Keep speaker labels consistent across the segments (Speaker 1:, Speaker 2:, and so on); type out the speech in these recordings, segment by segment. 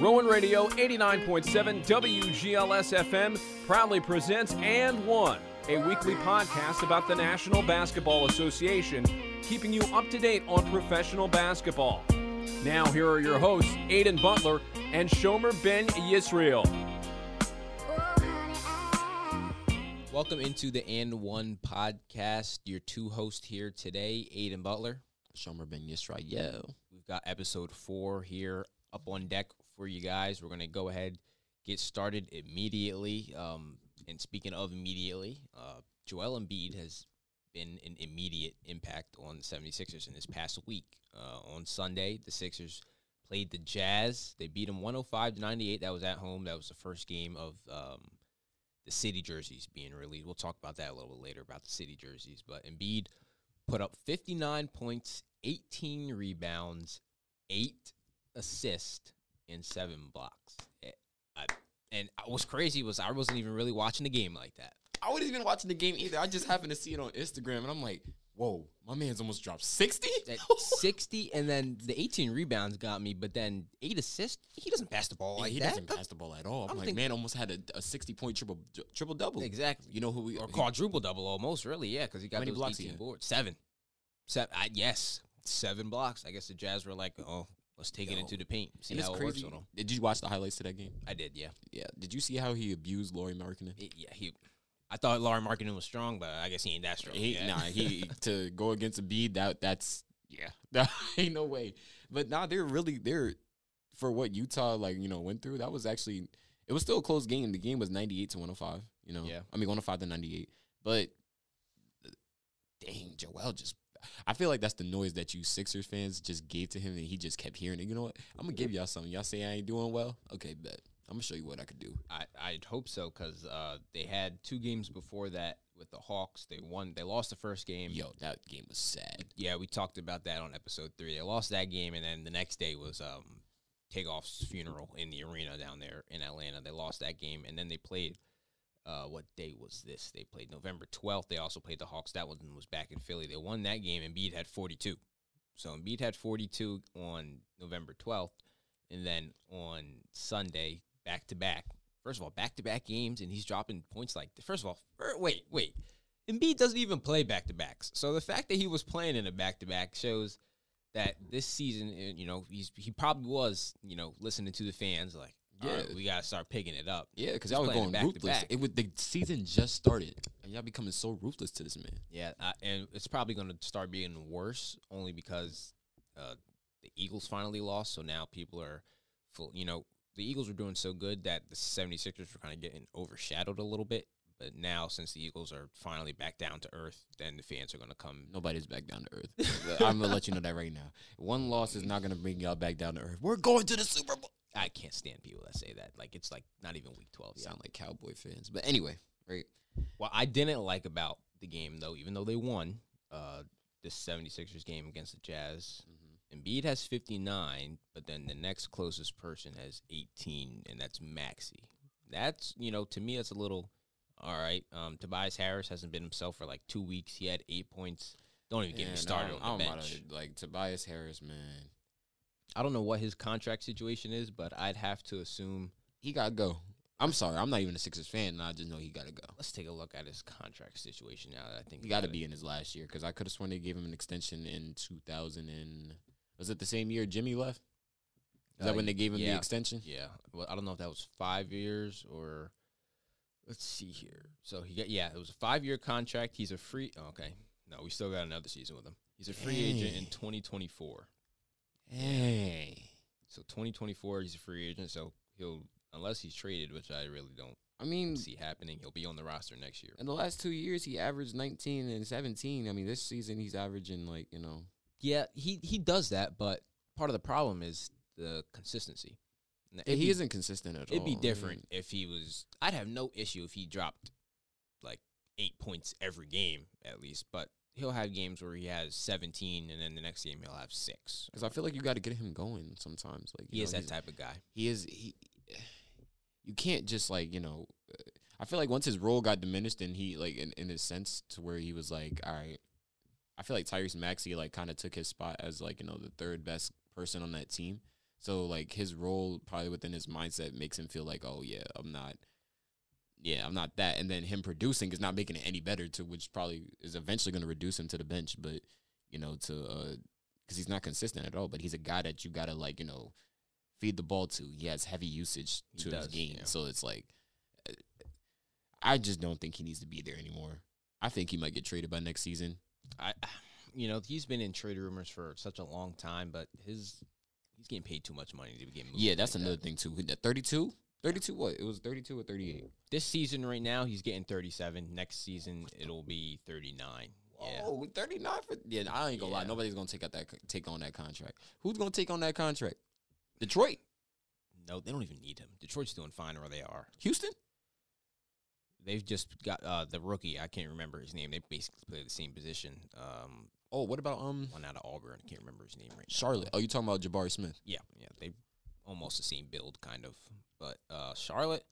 Speaker 1: Rowan Radio 89.7 WGLS FM proudly presents And One, a weekly podcast about the National Basketball Association, keeping you up to date on professional basketball. Now, here are your hosts, Aiden Butler and Shomer Ben Yisrael.
Speaker 2: Welcome into the And One podcast. Your two hosts here today, Aiden Butler.
Speaker 3: Shomer Ben Yisrael. Yo.
Speaker 2: We've got episode four here up on deck for you guys. We're going to go ahead, get started immediately. Um, and speaking of immediately, uh, Joel Embiid has been an immediate impact on the 76ers in this past week. Uh, on Sunday, the Sixers played the Jazz. They beat them 105 to 98. That was at home. That was the first game of um, the city jerseys being released. We'll talk about that a little bit later about the city jerseys. But Embiid put up 59 points, 18 rebounds, eight assists, and seven blocks. Eh, I, and I- what's crazy was I wasn't even really watching the game like that.
Speaker 3: I wasn't even watching the game either. I just happened to see it on Instagram and I'm like, whoa, my man's almost dropped 60?
Speaker 2: That 60 and then the 18 rebounds got me, but then eight assists. He doesn't pass the ball like
Speaker 3: he
Speaker 2: that.
Speaker 3: doesn't pass the ball at all.
Speaker 2: don't
Speaker 3: I'm like,
Speaker 2: think-
Speaker 3: man, almost had a, a 60 point triple triple double.
Speaker 2: Exactly.
Speaker 3: You know who we
Speaker 2: or
Speaker 3: are
Speaker 2: quadruple double almost, really, yeah, because he got
Speaker 3: many
Speaker 2: those
Speaker 3: blocks he
Speaker 2: 18
Speaker 3: had?
Speaker 2: boards. Seven. Seven. I, yes, seven blocks. I guess the Jazz were like, oh, let's take it
Speaker 3: Yo.
Speaker 2: into the paint, see
Speaker 3: And it's
Speaker 2: how it
Speaker 3: crazy.
Speaker 2: works on him.
Speaker 3: Did you watch the highlights to that game?
Speaker 2: I did, yeah.
Speaker 3: Yeah. Did you see how he abused Laurie Markkinen?
Speaker 2: It- yeah, he. I thought Laurie Marketing was strong, but I guess he ain't that strong.
Speaker 3: He,
Speaker 2: yet.
Speaker 3: Nah, he to go against a bead that that's yeah, ain't no way. But nah, they're really they're for what Utah like you know went through. That was actually it was still a close game. The game was ninety eight to one hundred five. You know,
Speaker 2: Yeah.
Speaker 3: I mean one hundred five to ninety eight. But dang, Joel just. I feel like that's the noise that you Sixers fans just gave to him, and he just kept hearing it. You know what? I'm gonna give y'all something. Y'all say I ain't doing well. Okay, bet. I'm gonna show you what I could do.
Speaker 2: I I'd hope so because uh, they had two games before that with the Hawks. They won. They lost the first game.
Speaker 3: Yo, that game was sad.
Speaker 2: Yeah, we talked about that on episode three. They lost that game, and then the next day was um, Takeoff's funeral in the arena down there in Atlanta. They lost that game, and then they played. Uh, what day was this? They played November twelfth. They also played the Hawks. That one was back in Philly. They won that game. and Embiid had forty two. So Embiid had forty two on November twelfth, and then on Sunday back to back. First of all, back to back games, and he's dropping points like. First of all, fir- wait, wait. Embiid doesn't even play back to backs. So the fact that he was playing in a back to back shows that this season, eh, you know, he's he probably was, you know, listening to the fans like, yeah,
Speaker 3: Yeah.
Speaker 2: we gotta start picking it up.
Speaker 3: Yeah, because
Speaker 2: He's
Speaker 3: I was
Speaker 2: playing
Speaker 3: going
Speaker 2: back to
Speaker 3: ruthless.
Speaker 2: back.
Speaker 3: It was the season just started, and y'all becoming so ruthless to this man.
Speaker 2: Yeah, I, and it's probably going to start being worse only because uh, the Eagles finally lost. So now people are, full, you know, the Eagles were doing so good that the 76ers were kind of getting overshadowed a little bit. But now, since the Eagles are finally back down to earth, then the fans are going to come.
Speaker 3: Nobody's back down to earth. I'm gonna let you know that right now. One loss is not gonna bring y'all back down to earth. We're going to the Super Bowl.
Speaker 2: I can't stand people that say that. Like, it's like not even week 12 yet.
Speaker 3: Sound like cowboy fans, but anyway, right?
Speaker 2: What I didn't like about the game, though, even though they won uh, this 76ers game against the Jazz, Embiid has 59, but then the next closest person has 18, and that's Maxi. That's, you know, to me, that's a little, all right. Um, Tobias Harris hasn't been himself for like two weeks. He had eight points. Don't even get me
Speaker 3: And uh,
Speaker 2: started
Speaker 3: I don't-
Speaker 2: on the
Speaker 3: I don't
Speaker 2: bench.
Speaker 3: matter, Like Tobias Harris, man,
Speaker 2: I don't know what his contract situation is, but I'd have to assume.
Speaker 3: he gotta go. I'm sorry, I'm not even a Sixers fan, and I just know he gotta go.
Speaker 2: Let's take a look at his contract situation now. That I think
Speaker 3: He gotta
Speaker 2: about it.
Speaker 3: be in his last year because I could have sworn they gave him an extension in 2000. And was it the same year Jimmy left? Is
Speaker 2: Uh,
Speaker 3: that when they gave him
Speaker 2: yeah.
Speaker 3: the extension?
Speaker 2: Yeah. Well, I don't know if that was five years or let's see here. So he got yeah, it was a five year contract. He's a free oh, okay. No, we still got another season with him. He's a free agent in
Speaker 3: Dang.
Speaker 2: twenty twenty four.
Speaker 3: Hey.
Speaker 2: So twenty twenty four he's a free agent, so he'll unless he's traded, which I really don't
Speaker 3: I mean,
Speaker 2: see happening, he'll be on the roster next year.
Speaker 3: in the last two years, he averaged 19 and 17. I mean, this season, he's averaging like, you know,
Speaker 2: Yeah, he he does that, but part of the problem is the consistency. Now,
Speaker 3: he
Speaker 2: it'd be-
Speaker 3: isn't consistent at all.
Speaker 2: It'd be
Speaker 3: I
Speaker 2: different
Speaker 3: mean,
Speaker 2: if he was. I'd have no issue if he dropped like eight points every game at least, but he'll have games where he has 17, and then the next game he'll have six.
Speaker 3: Because I feel like you got to get him going sometimes. Like you
Speaker 2: He
Speaker 3: know,
Speaker 2: is that
Speaker 3: he's-
Speaker 2: type of guy.
Speaker 3: He is. He, you can't just like you know. uh, I feel like once his role got diminished, and he like in, in a sense to where he was like, all right. I feel like Tyrese Maxey like kind of took his spot as like you know the third best person on that team. So like his role probably within his mindset makes him feel like, oh yeah, I'm not yeah, I'm not that. And then him producing is not making it any better to which probably is eventually going to reduce him to the bench, but you know, to uh cuz he's not consistent at all, but he's a guy that you got to like, you know, feed the ball to. He has heavy usage
Speaker 2: He
Speaker 3: to his
Speaker 2: does,
Speaker 3: game.
Speaker 2: yeah.
Speaker 3: So it's like uh, I just don't think he needs to be there anymore. I think he might get traded by next season.
Speaker 2: I, you know, he's been in trade rumors for such a long time, but his he's getting paid too much money to be getting moved.
Speaker 3: Yeah, that's
Speaker 2: like that.
Speaker 3: another thing too. 32? 32 what? It was 32 or 38.
Speaker 2: This season right now, he's getting 37. Next season, it'll be 39. Yeah.
Speaker 3: Oh, 39 for Yeah, I ain't gonna lie.
Speaker 2: Yeah.
Speaker 3: Nobody's gonna take out that take on that contract. Who's gonna take on that contract? Detroit,
Speaker 2: No, they don't even need him. Detroit's doing fine where they are.
Speaker 3: Houston.
Speaker 2: They've just got uh, the rookie. I can't remember his name. They basically play the same position. Um,
Speaker 3: Oh, what about um
Speaker 2: one out of Auburn. I can't remember his name right now.
Speaker 3: Charlotte? Oh, you talking about Jabari Smith?
Speaker 2: Yeah, yeah. They almost the same build, kind of. But uh, Charlotte,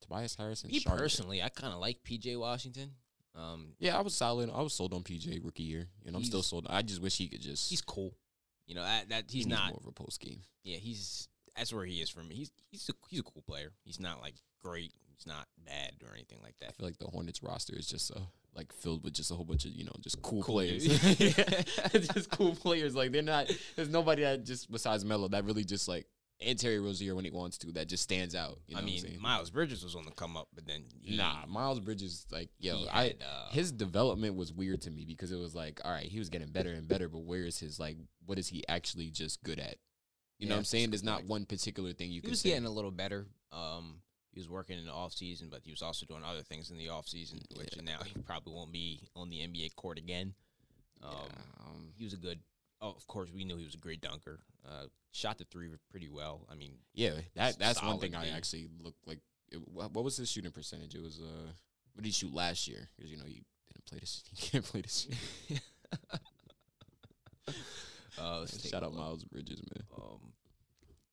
Speaker 3: Tobias Harris and
Speaker 2: me
Speaker 3: Charlotte.
Speaker 2: personally, I kind of like PJ Washington. Um,
Speaker 3: Yeah, I was solid. I was sold on PJ rookie year, and I'm still
Speaker 2: He's-
Speaker 3: sold. I just wish he could just.
Speaker 2: he's cool. You know that, that
Speaker 3: he
Speaker 2: he's
Speaker 3: needs
Speaker 2: not.
Speaker 3: more of a post game.
Speaker 2: Yeah, he's that's where he is for me. He's he's a, he's a cool player. He's not like great. He's not bad or anything like
Speaker 3: I
Speaker 2: that.
Speaker 3: feel like the Hornets roster is just uh, like filled with just a whole bunch of you know just cool,
Speaker 2: Cool
Speaker 3: players.
Speaker 2: dudes.
Speaker 3: Yeah, it's just cool players. Like they're not. There's nobody that just besides Melo that really just like and Terry Rozier when he wants to that just stands out. You know
Speaker 2: I
Speaker 3: what I'm
Speaker 2: mean,
Speaker 3: saying?
Speaker 2: Miles Bridges was on the come up, but then he-
Speaker 3: Nah, Miles Bridges, like, yo,
Speaker 2: he
Speaker 3: I
Speaker 2: had, uh,
Speaker 3: his development was weird to me because it was like, all right, he was getting better and better, but where is his like, what is he actually just good at? You
Speaker 2: Yeah,
Speaker 3: know what I'm saying?
Speaker 2: that's
Speaker 3: There's
Speaker 2: a good
Speaker 3: not
Speaker 2: point.
Speaker 3: one particular thing you
Speaker 2: he
Speaker 3: can
Speaker 2: was
Speaker 3: say.
Speaker 2: getting a little better. Um, he was working in the off season, but he was also doing other things in the off season, which now he probably won't be on the NBA court again. Um,
Speaker 3: Um,
Speaker 2: he was a good. Oh, of course, we knew he was a great dunker. Uh, shot the three pretty well. I mean,
Speaker 3: yeah, that that's one
Speaker 2: solid
Speaker 3: thing I
Speaker 2: dude.
Speaker 3: actually look like. It, wha- what was his shooting percentage? It was uh, what did he shoot last year? Because you know he didn't play this. He can't play this. year.
Speaker 2: uh, let's take a
Speaker 3: Shout out
Speaker 2: look.
Speaker 3: Miles Bridges, man.
Speaker 2: Um,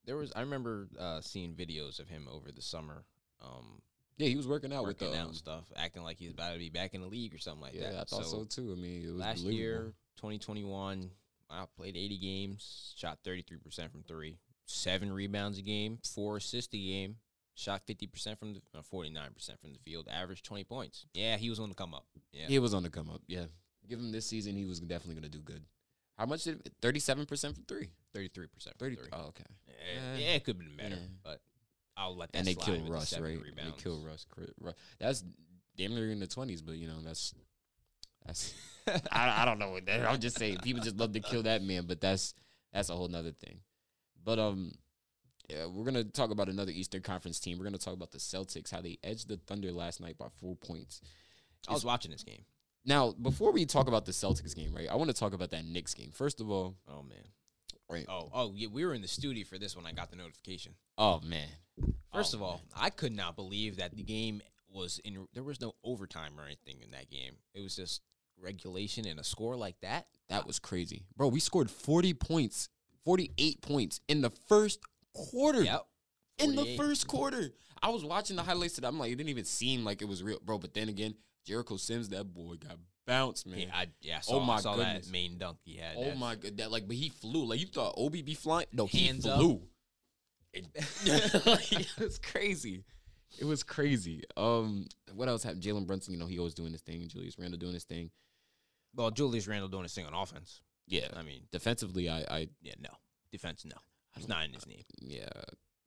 Speaker 2: there was. I remember uh, seeing videos of him over the summer. Um,
Speaker 3: Yeah, he was working out
Speaker 2: working
Speaker 3: with the.
Speaker 2: out
Speaker 3: um,
Speaker 2: and stuff, acting like he's about to be back in the league or something like
Speaker 3: yeah,
Speaker 2: that.
Speaker 3: I thought so, too. I mean, it was
Speaker 2: last
Speaker 3: believable.
Speaker 2: year, 2021, I played 80 games, shot 33% from three, seven rebounds a game, four assists a game, shot 50% from the uh, 49% from the field, averaged 20 points. Yeah, he was on the come up. Yeah.
Speaker 3: He was on the come up. Yeah, give him this season. He was definitely going to do good. How much did thirty-seven percent from three?
Speaker 2: 33% from
Speaker 3: Thirty.
Speaker 2: three.
Speaker 3: Oh, okay.
Speaker 2: yeah,
Speaker 3: eh,
Speaker 2: yeah, it could have been better,
Speaker 3: yeah.
Speaker 2: but I'll let that
Speaker 3: And they
Speaker 2: slide
Speaker 3: kill
Speaker 2: with the
Speaker 3: Russ,
Speaker 2: seven
Speaker 3: right?
Speaker 2: Rebounds.
Speaker 3: They kill Russ. Cri- Ru- That's damn near in the twenties, but you know that's that's. I, I don't know. what that- I'm just saying people just love to kill that man, but that's that's a whole nother thing. But um, yeah, we're gonna talk about another Eastern Conference team. We're gonna talk about the Celtics, how they edged the Thunder last night by four points.
Speaker 2: I was watching this game.
Speaker 3: Now, before we talk about the Celtics game, right? I want to talk about that Knicks game. First of all,
Speaker 2: Oh, man.
Speaker 3: right? Oh,
Speaker 2: Oh, oh, yeah, we were in the studio for this when I got the notification.
Speaker 3: man,
Speaker 2: First
Speaker 3: Oh,
Speaker 2: of all, I could not believe that the game was in. There was no overtime or anything in that game. It was just regulation and a score like that.
Speaker 3: that was crazy, bro. We scored forty points, forty-eight points in the first quarter.
Speaker 2: Yep.
Speaker 3: In the
Speaker 2: 48.
Speaker 3: first quarter, I was watching the highlights. That I'm like, it didn't even seem like it was real, bro. But then again, Jericho Sims, that boy got bounced, man.
Speaker 2: Yeah, I, yeah. I
Speaker 3: Oh
Speaker 2: saw, I
Speaker 3: my
Speaker 2: saw
Speaker 3: goodness.
Speaker 2: that main dunk he had.
Speaker 3: oh
Speaker 2: That's-
Speaker 3: my god, that like, but he flew. Like you thought, Obi be flying? No, he
Speaker 2: Hands up.
Speaker 3: flew. it was crazy. It was crazy. Um, what else happened? Jalen Brunson, you know, he always doing his thing. Julius Randle doing his thing.
Speaker 2: Well, Julius Randle doing his thing on offense.
Speaker 3: Yeah.
Speaker 2: I mean,
Speaker 3: Defensively, I, I
Speaker 2: yeah, no defense, no. It's not in his name.
Speaker 3: yeah,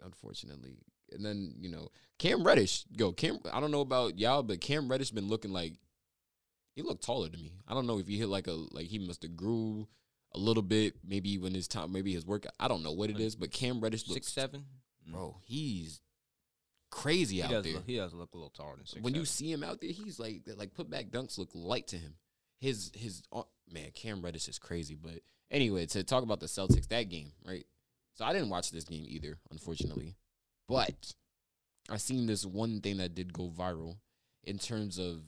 Speaker 3: unfortunately. And then you know, Cam Reddish, yo, Cam. I don't know about y'all, but Cam Reddish been looking like he looked taller to me. I don't know if he hit like a like he must have grew a little bit. Maybe when his time, maybe his work. I don't know what it is, but Cam Reddish looks
Speaker 2: Six seven. Mm.
Speaker 3: bro. He's crazy
Speaker 2: He
Speaker 3: out
Speaker 2: does,
Speaker 3: there.
Speaker 2: look, he does look a little taller than six.
Speaker 3: when you
Speaker 2: seven.
Speaker 3: see him out there, he's like that- like put back dunks look light to him. His his oh, man, Cam Reddish is crazy. But anyway, to talk about the Celtics that game, right? So I didn't watch this game either, unfortunately. But I seen this one thing that did go viral in terms of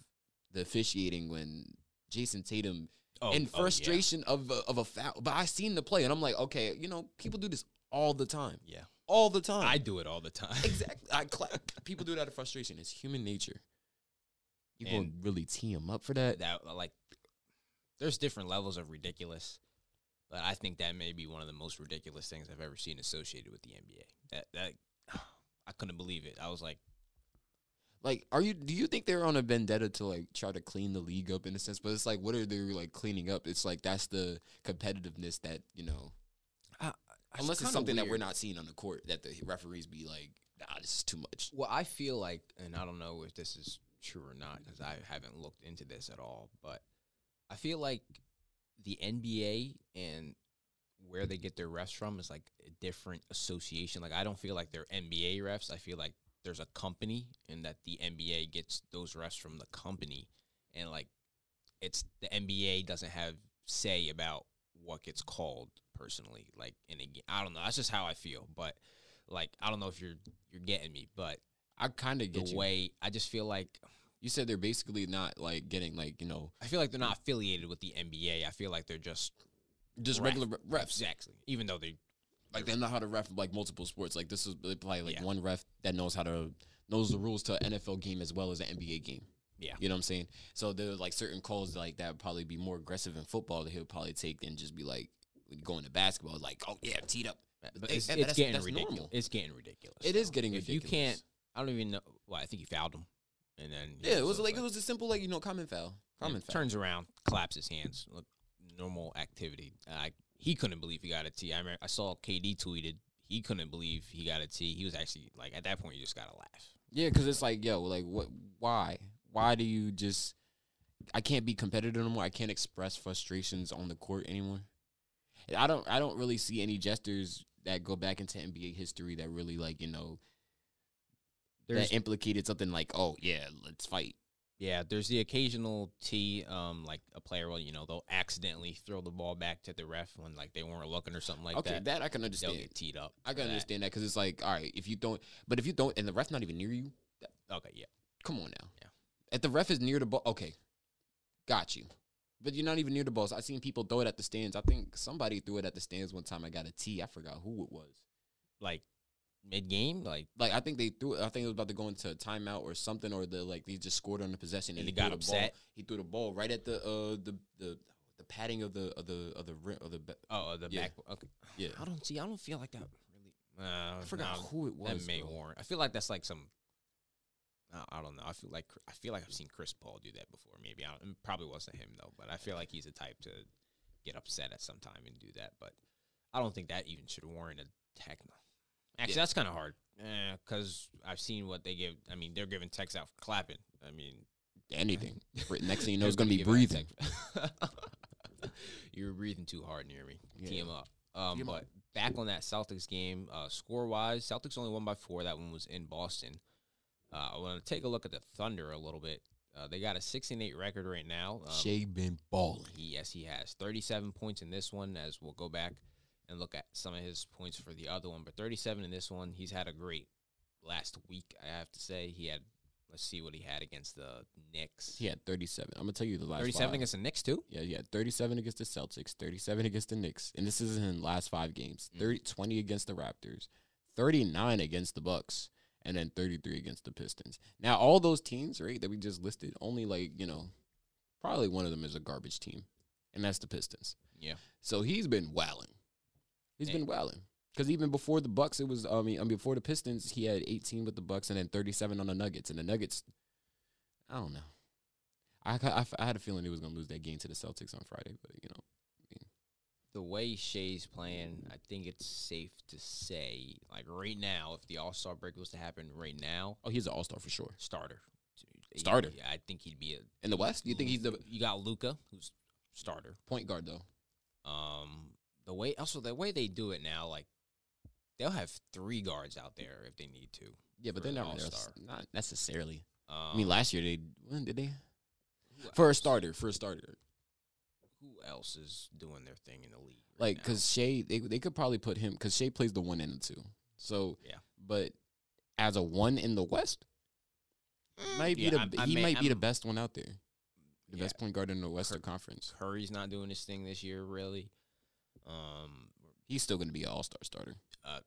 Speaker 3: the officiating when Jason Tatum
Speaker 2: oh,
Speaker 3: in
Speaker 2: oh, yeah.
Speaker 3: frustration of a, of a foul. But I seen the play and I'm like, okay, you know, people do this all the time,
Speaker 2: yeah.
Speaker 3: all the time.
Speaker 2: I do it all the time.
Speaker 3: Exactly. I clap. People do it out of frustration. It's human nature. You gonna
Speaker 2: And-
Speaker 3: really tee him up for that?
Speaker 2: that like there's different levels of ridiculous But I think that may be one of the most ridiculous things I've ever seen associated with the NBA. That that I couldn't believe it. I was like,
Speaker 3: Like, are you? Do you think they're on a vendetta to like try to clean the league up in a sense? But it's like, what are they like cleaning up? It's like that's the competitiveness that you know, unless it's something that we're not seeing on the court, that the referees be like, ah, this is too much.
Speaker 2: Well, I feel like, and I don't know if this is true or not because I haven't looked into this at all, but I feel like the NBA and where they get their refs from is like a different association. Like, I don't feel like they're NBA refs. I feel like there's a company and that the NBA gets those refs from the company. And like, it's the NBA doesn't have say about what gets called personally. Like, in a, ga- I don't know. That's just how I feel. But like, I don't know if you're, you're getting me, but
Speaker 3: I kind of get
Speaker 2: the
Speaker 3: you.
Speaker 2: way I just feel like
Speaker 3: You said they're basically not like getting like you know
Speaker 2: I feel like they're not affiliated with the NBA. I feel like they're just
Speaker 3: just
Speaker 2: Ref.
Speaker 3: regular re- refs.
Speaker 2: Exactly. Even though they
Speaker 3: Like they know how to ref like multiple sports. Like this is they probably like
Speaker 2: Yeah.
Speaker 3: one ref that knows how to knows the rules to an NFL game as well as an NBA game.
Speaker 2: Yeah.
Speaker 3: you know what I'm saying. So there's like certain calls like that would probably be more aggressive in football that he'll probably take than just be like going to basketball. Like oh yeah, teed up.
Speaker 2: but
Speaker 3: Hey,
Speaker 2: it's,
Speaker 3: and
Speaker 2: it's
Speaker 3: that's-
Speaker 2: getting
Speaker 3: that's
Speaker 2: ridiculous.
Speaker 3: normal.
Speaker 2: It's getting ridiculous.
Speaker 3: It is getting
Speaker 2: if
Speaker 3: ridiculous.
Speaker 2: you can't I don't even know well, I think he fouled him. And then he
Speaker 3: Yeah, it
Speaker 2: just
Speaker 3: was
Speaker 2: looks
Speaker 3: like it was a simple like you know common foul. Common
Speaker 2: yeah,
Speaker 3: foul.
Speaker 2: turns around, claps his hands. Look normal activity. I he couldn't believe he got a T. I remember I saw KD tweeted he couldn't believe he got a T. He was actually like at that point you just gotta laugh.
Speaker 3: Yeah, because it's like, yo, like, what? Why? Why do you just? I can't be competitive anymore. I can't express frustrations on the court anymore. And I don't. I don't really see any gestures that go back into NBA history that really, like, you know,
Speaker 2: There's-
Speaker 3: that implicated something like, oh yeah, let's fight.
Speaker 2: Yeah, there's the occasional T, um, like a player will, you know, they'll accidentally throw the ball back to the ref when like they weren't looking or something like
Speaker 3: okay, that,
Speaker 2: that.
Speaker 3: I can
Speaker 2: they'll
Speaker 3: understand.
Speaker 2: get teed up.
Speaker 3: I
Speaker 2: for
Speaker 3: can
Speaker 2: that.
Speaker 3: understand that because it's like, all right, if you don't, but if you don't, and the ref's not even near you,
Speaker 2: Okay, yeah,
Speaker 3: come on now.
Speaker 2: Yeah.
Speaker 3: If the ref is near the ball, okay, got you. But you're not even near the balls. I've seen people throw it at the stands. I think somebody threw it at the stands one time. I got a T. I forgot who it was.
Speaker 2: like mid game, like
Speaker 3: Like I think they threw it. I think it was about to go into a timeout or something, or the like they just scored on the possession
Speaker 2: And
Speaker 3: and,
Speaker 2: he
Speaker 3: he threw
Speaker 2: got
Speaker 3: the
Speaker 2: upset?
Speaker 3: Ball, he threw the ball right at the uh the the the padding of the of the of the rim of the ba-
Speaker 2: oh the
Speaker 3: Yeah.
Speaker 2: back. Okay,
Speaker 3: yeah.
Speaker 2: I don't see. I don't feel like that really. Uh,
Speaker 3: I forgot
Speaker 2: no,
Speaker 3: who it was.
Speaker 2: that may
Speaker 3: bro.
Speaker 2: warrant. I feel like that's like some. I- I don't know. I feel like I feel like I've seen Chris Paul do that before. Maybe I don't, it probably wasn't him though, but I feel like he's the type to get upset at some time and do that. But I don't think that even should warrant a techno. Actually,
Speaker 3: Yeah.
Speaker 2: that's kind of hard because I've seen what they give. I mean, they're giving techs out for clapping. I mean,
Speaker 3: anything. Br- Next thing you know, it's
Speaker 2: they're
Speaker 3: gonna be
Speaker 2: giving out
Speaker 3: breathing.
Speaker 2: tech- You're breathing too hard near me.
Speaker 3: Yeah.
Speaker 2: Tee him up. Um,
Speaker 3: Tee 'em
Speaker 2: but
Speaker 3: up.
Speaker 2: back on that Celtics game, uh, score wise, Celtics only won by four. That one was in Boston. Uh, I want to take a look at the Thunder a little bit. Uh, they got a six and eight record right now. Um,
Speaker 3: Shea been balling.
Speaker 2: he- yes, he has 37 points in this one, as we'll go back and look at some of his points for the other one. But 37 in this one, he's had a great last week, I have to say. He had, let's see what he had against the Knicks.
Speaker 3: He had 37. I'm gonna tell you the last.
Speaker 2: 37
Speaker 3: five.
Speaker 2: against the Knicks, too?
Speaker 3: Yeah, yeah. 37 against the Celtics, 37 against the Knicks. And this is in the last five games. 30, 20 against the Raptors, 39 against the Bucks, and then 33 against the Pistons. Now, all those teams, right, that we just listed, only like, you know, probably one of them is a garbage team, and that's the Pistons.
Speaker 2: Yeah.
Speaker 3: So he's been wowing. He's
Speaker 2: Yeah.
Speaker 3: been wowing. Because even before the Bucks, it was I mean, I mean before the Pistons, he had 18 with the Bucks and then 37 on the Nuggets. And the Nuggets, I don't know. I, ca- I, f- I had a feeling he was gonna lose that game to the Celtics on Friday, but you know,
Speaker 2: the way Shea's playing, I think it's safe to say, like right now, if the All Star break was to happen right now,
Speaker 3: oh, he's an All Star for sure.
Speaker 2: starter, He-
Speaker 3: Starter.
Speaker 2: yeah, I think he'd be a.
Speaker 3: In the West, you think he's the
Speaker 2: You got Luca, who's starter.
Speaker 3: point guard though?
Speaker 2: Um, the way also the way they do it now, like they'll have three guards out there if they need to.
Speaker 3: Yeah, but
Speaker 2: For
Speaker 3: they're
Speaker 2: an
Speaker 3: not really
Speaker 2: All-Star.
Speaker 3: not necessarily.
Speaker 2: Um,
Speaker 3: I mean, last year they when did they
Speaker 2: Uh, who
Speaker 3: for a
Speaker 2: else-
Speaker 3: starter for a starter
Speaker 2: Who else is doing their thing in the league? right
Speaker 3: like
Speaker 2: now?
Speaker 3: because Shea they they could probably put him because Shea plays the one and the two. So
Speaker 2: Yeah.
Speaker 3: but as a one in the West, might be
Speaker 2: Mm. Yeah,
Speaker 3: the
Speaker 2: I'm- I
Speaker 3: he
Speaker 2: may-
Speaker 3: might be the
Speaker 2: I'm-
Speaker 3: best one out there, the
Speaker 2: Yeah.
Speaker 3: best point guard in the Western Conference.
Speaker 2: Curry's not doing his thing this year, really. Um,
Speaker 3: He's still gonna be an All Star starter.
Speaker 2: uh,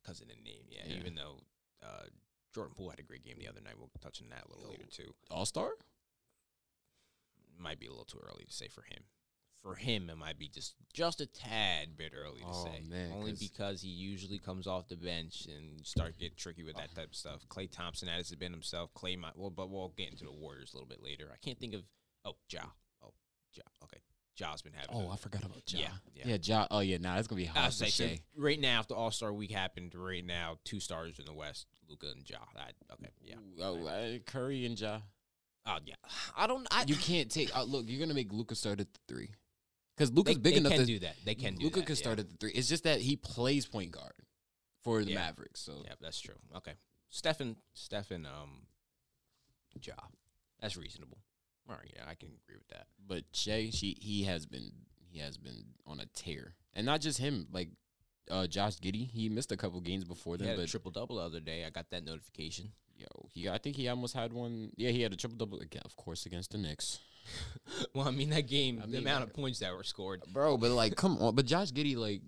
Speaker 2: because of the name. Yeah,
Speaker 3: Yeah.
Speaker 2: even though uh, Jordan Poole had a great game the other night. We'll touch on
Speaker 3: Oh.
Speaker 2: that a little later too.
Speaker 3: All Star
Speaker 2: Might be a little too early to say for him. for him, it might be just just a tad bit early to
Speaker 3: Oh,
Speaker 2: say.
Speaker 3: man,
Speaker 2: Only
Speaker 3: 'cause-
Speaker 2: because he usually comes off the bench and start getting tricky with that type of stuff. Clay Thompson has been himself. Clay, might, well, but we'll get into the Warriors a little bit later. I can't think of. Oh, Ja. Oh, Ja. Okay, Ja's been having.
Speaker 3: Oh,
Speaker 2: a-
Speaker 3: I forgot about Ja.
Speaker 2: Yeah, yeah.
Speaker 3: yeah, Ja. Oh, yeah. Nah, that's gonna be
Speaker 2: I
Speaker 3: hard
Speaker 2: was
Speaker 3: for
Speaker 2: like, so
Speaker 3: Shea.
Speaker 2: right now, if the All Star Week happened, right now, two stars in the West, Luca and Ja. I, okay, yeah.
Speaker 3: Oh, uh, Curry and Ja.
Speaker 2: Oh, yeah. I don't. I,
Speaker 3: You can't take. Uh, look, you're gonna make Luca start at the three because Luca's
Speaker 2: they
Speaker 3: big enough
Speaker 2: can
Speaker 3: to
Speaker 2: do that. They can do
Speaker 3: Luca
Speaker 2: that,
Speaker 3: can
Speaker 2: yeah.
Speaker 3: start at the three. It's just that he plays point guard for the
Speaker 2: Yeah.
Speaker 3: Mavericks. So
Speaker 2: Yeah, that's true. Okay. Stefan Stefan um Ja. That's reasonable. All right, yeah, I can agree with that.
Speaker 3: But Shea, she he has been he has been on a tear, and not just him. Like uh, Josh Giddy, he missed a couple games before
Speaker 2: He
Speaker 3: then,
Speaker 2: had a
Speaker 3: but
Speaker 2: triple double the other day. I got that notification.
Speaker 3: yo, he I think he almost had one. Yeah, he had a triple double again, of course, against the Knicks,
Speaker 2: well, I mean that game,
Speaker 3: I
Speaker 2: the
Speaker 3: mean,
Speaker 2: amount
Speaker 3: like-
Speaker 2: of points that were scored.
Speaker 3: bro. But like, come on, but Josh Giddy, like.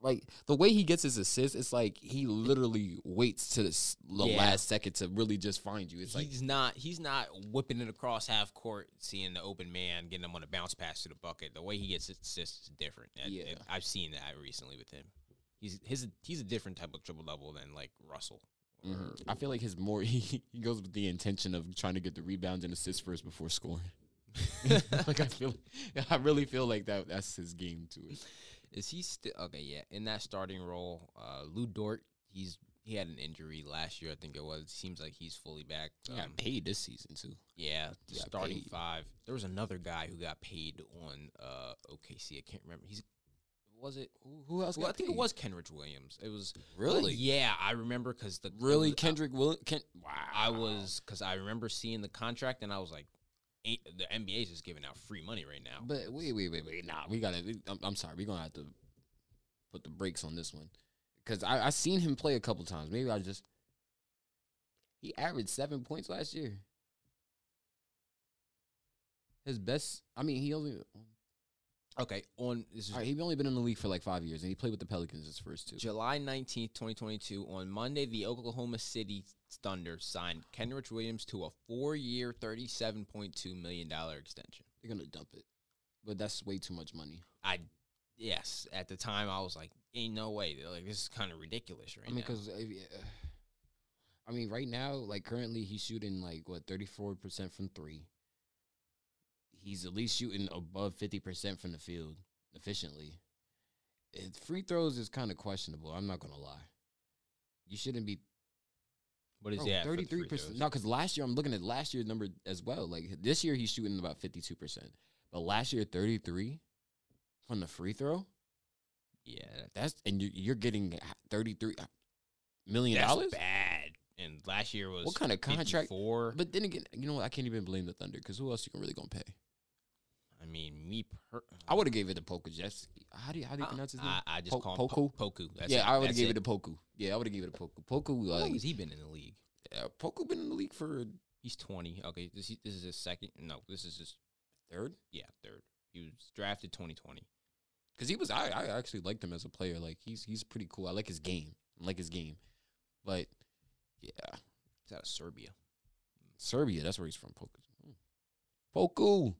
Speaker 3: Like the way he gets his assists, it's like he literally waits to the, s- the
Speaker 2: Yeah.
Speaker 3: last second to really just find you. It's like
Speaker 2: he's not he's not whipping it across half court, seeing the open man, getting him on a bounce pass to the bucket. The way he gets his assists is different. I-
Speaker 3: Yeah.
Speaker 2: I, have seen that recently with him. He's his he's a different type of triple double than like Russell. or-
Speaker 3: Mhm. I feel like his more he, he goes with the intention of trying to get the rebounds and assists first before scoring. like I feel, I really feel like that that's his game to it.
Speaker 2: Is he still okay? Yeah, in that starting role, uh, Lou Dort. He's he had an injury last year, I think it was. Seems like he's fully back. Um, yeah,
Speaker 3: paid this season too.
Speaker 2: the
Speaker 3: he got
Speaker 2: starting
Speaker 3: paid.
Speaker 2: five. There was another guy who got paid on uh, OKC. I can't remember. He's was it?
Speaker 3: Who, who else?
Speaker 2: Well, I
Speaker 3: got
Speaker 2: think it
Speaker 3: paid?
Speaker 2: was Kenrich Williams. It was
Speaker 3: Really?
Speaker 2: yeah. I remember because the it
Speaker 3: really
Speaker 2: was-
Speaker 3: Kendrick Will. Ken, wow,
Speaker 2: I, I was because I remember seeing the contract and I was like, "Ain't- the NBA is just giving out free money right now.
Speaker 3: But wait, wait, wait, wait. Nah, we gotta. we- I'm, I'm sorry, we gonna have to put the brakes on this one because I I seen him play a couple times. Maybe I just he averaged seven points last year. His best. I mean, he only.
Speaker 2: okay, on this is
Speaker 3: All right, he only been in the league for like five years, and he played with the Pelicans his first two.
Speaker 2: July 19th, 2022, on Monday, the Oklahoma City Thunder signed Kenrich Williams to a four year, $37.2 million extension.
Speaker 3: They're gonna dump it, but that's way too much money.
Speaker 2: I, yes, at the time I was like, ain't no way. They're like, this is kind of ridiculous right
Speaker 3: I mean,
Speaker 2: now.
Speaker 3: because uh, I mean, right now, like currently, he's shooting like what thirty four percent from three. He's at least shooting above fifty percent from the field efficiently. It, free throws is kind of questionable. I'm not gonna lie. You shouldn't be
Speaker 2: What is that?
Speaker 3: thirty three percent. No, because last year I'm looking at last year's number as well. Like this year he's shooting about fifty two percent, but last year thirty three from the free throw.
Speaker 2: Yeah, that-
Speaker 3: That's and you, you're getting thirty three million
Speaker 2: that's
Speaker 3: dollars.
Speaker 2: bad. And last year was
Speaker 3: What kind of contract?
Speaker 2: 54.
Speaker 3: But then again, you know what? I can't even blame the Thunder because who else you can really gonna pay?
Speaker 2: I mean, me. Per-
Speaker 3: I would have gave it to Poku. Just how do you, how do you pronounce his name?
Speaker 2: I, I just
Speaker 3: Po-
Speaker 2: call him Po-
Speaker 3: Poku?
Speaker 2: Poku. That's
Speaker 3: yeah,
Speaker 2: it.
Speaker 3: I would have
Speaker 2: That's
Speaker 3: gave
Speaker 2: it.
Speaker 3: it. to Poku. Yeah, I would have gave it to Poku. Poku,
Speaker 2: How
Speaker 3: like
Speaker 2: long has he been in the league?
Speaker 3: uh, Poku, been in the league for
Speaker 2: He's 20. Okay, this, this is his second. No, this is his
Speaker 3: third
Speaker 2: Yeah, third. He was drafted 2020.
Speaker 3: because he was. I, I actually liked him as a player. Like he's he's pretty cool. I like his game. I like his game. But yeah,
Speaker 2: He's out of Serbia.
Speaker 3: Serbia. That's where he's from. Poku. Hmm. Poku.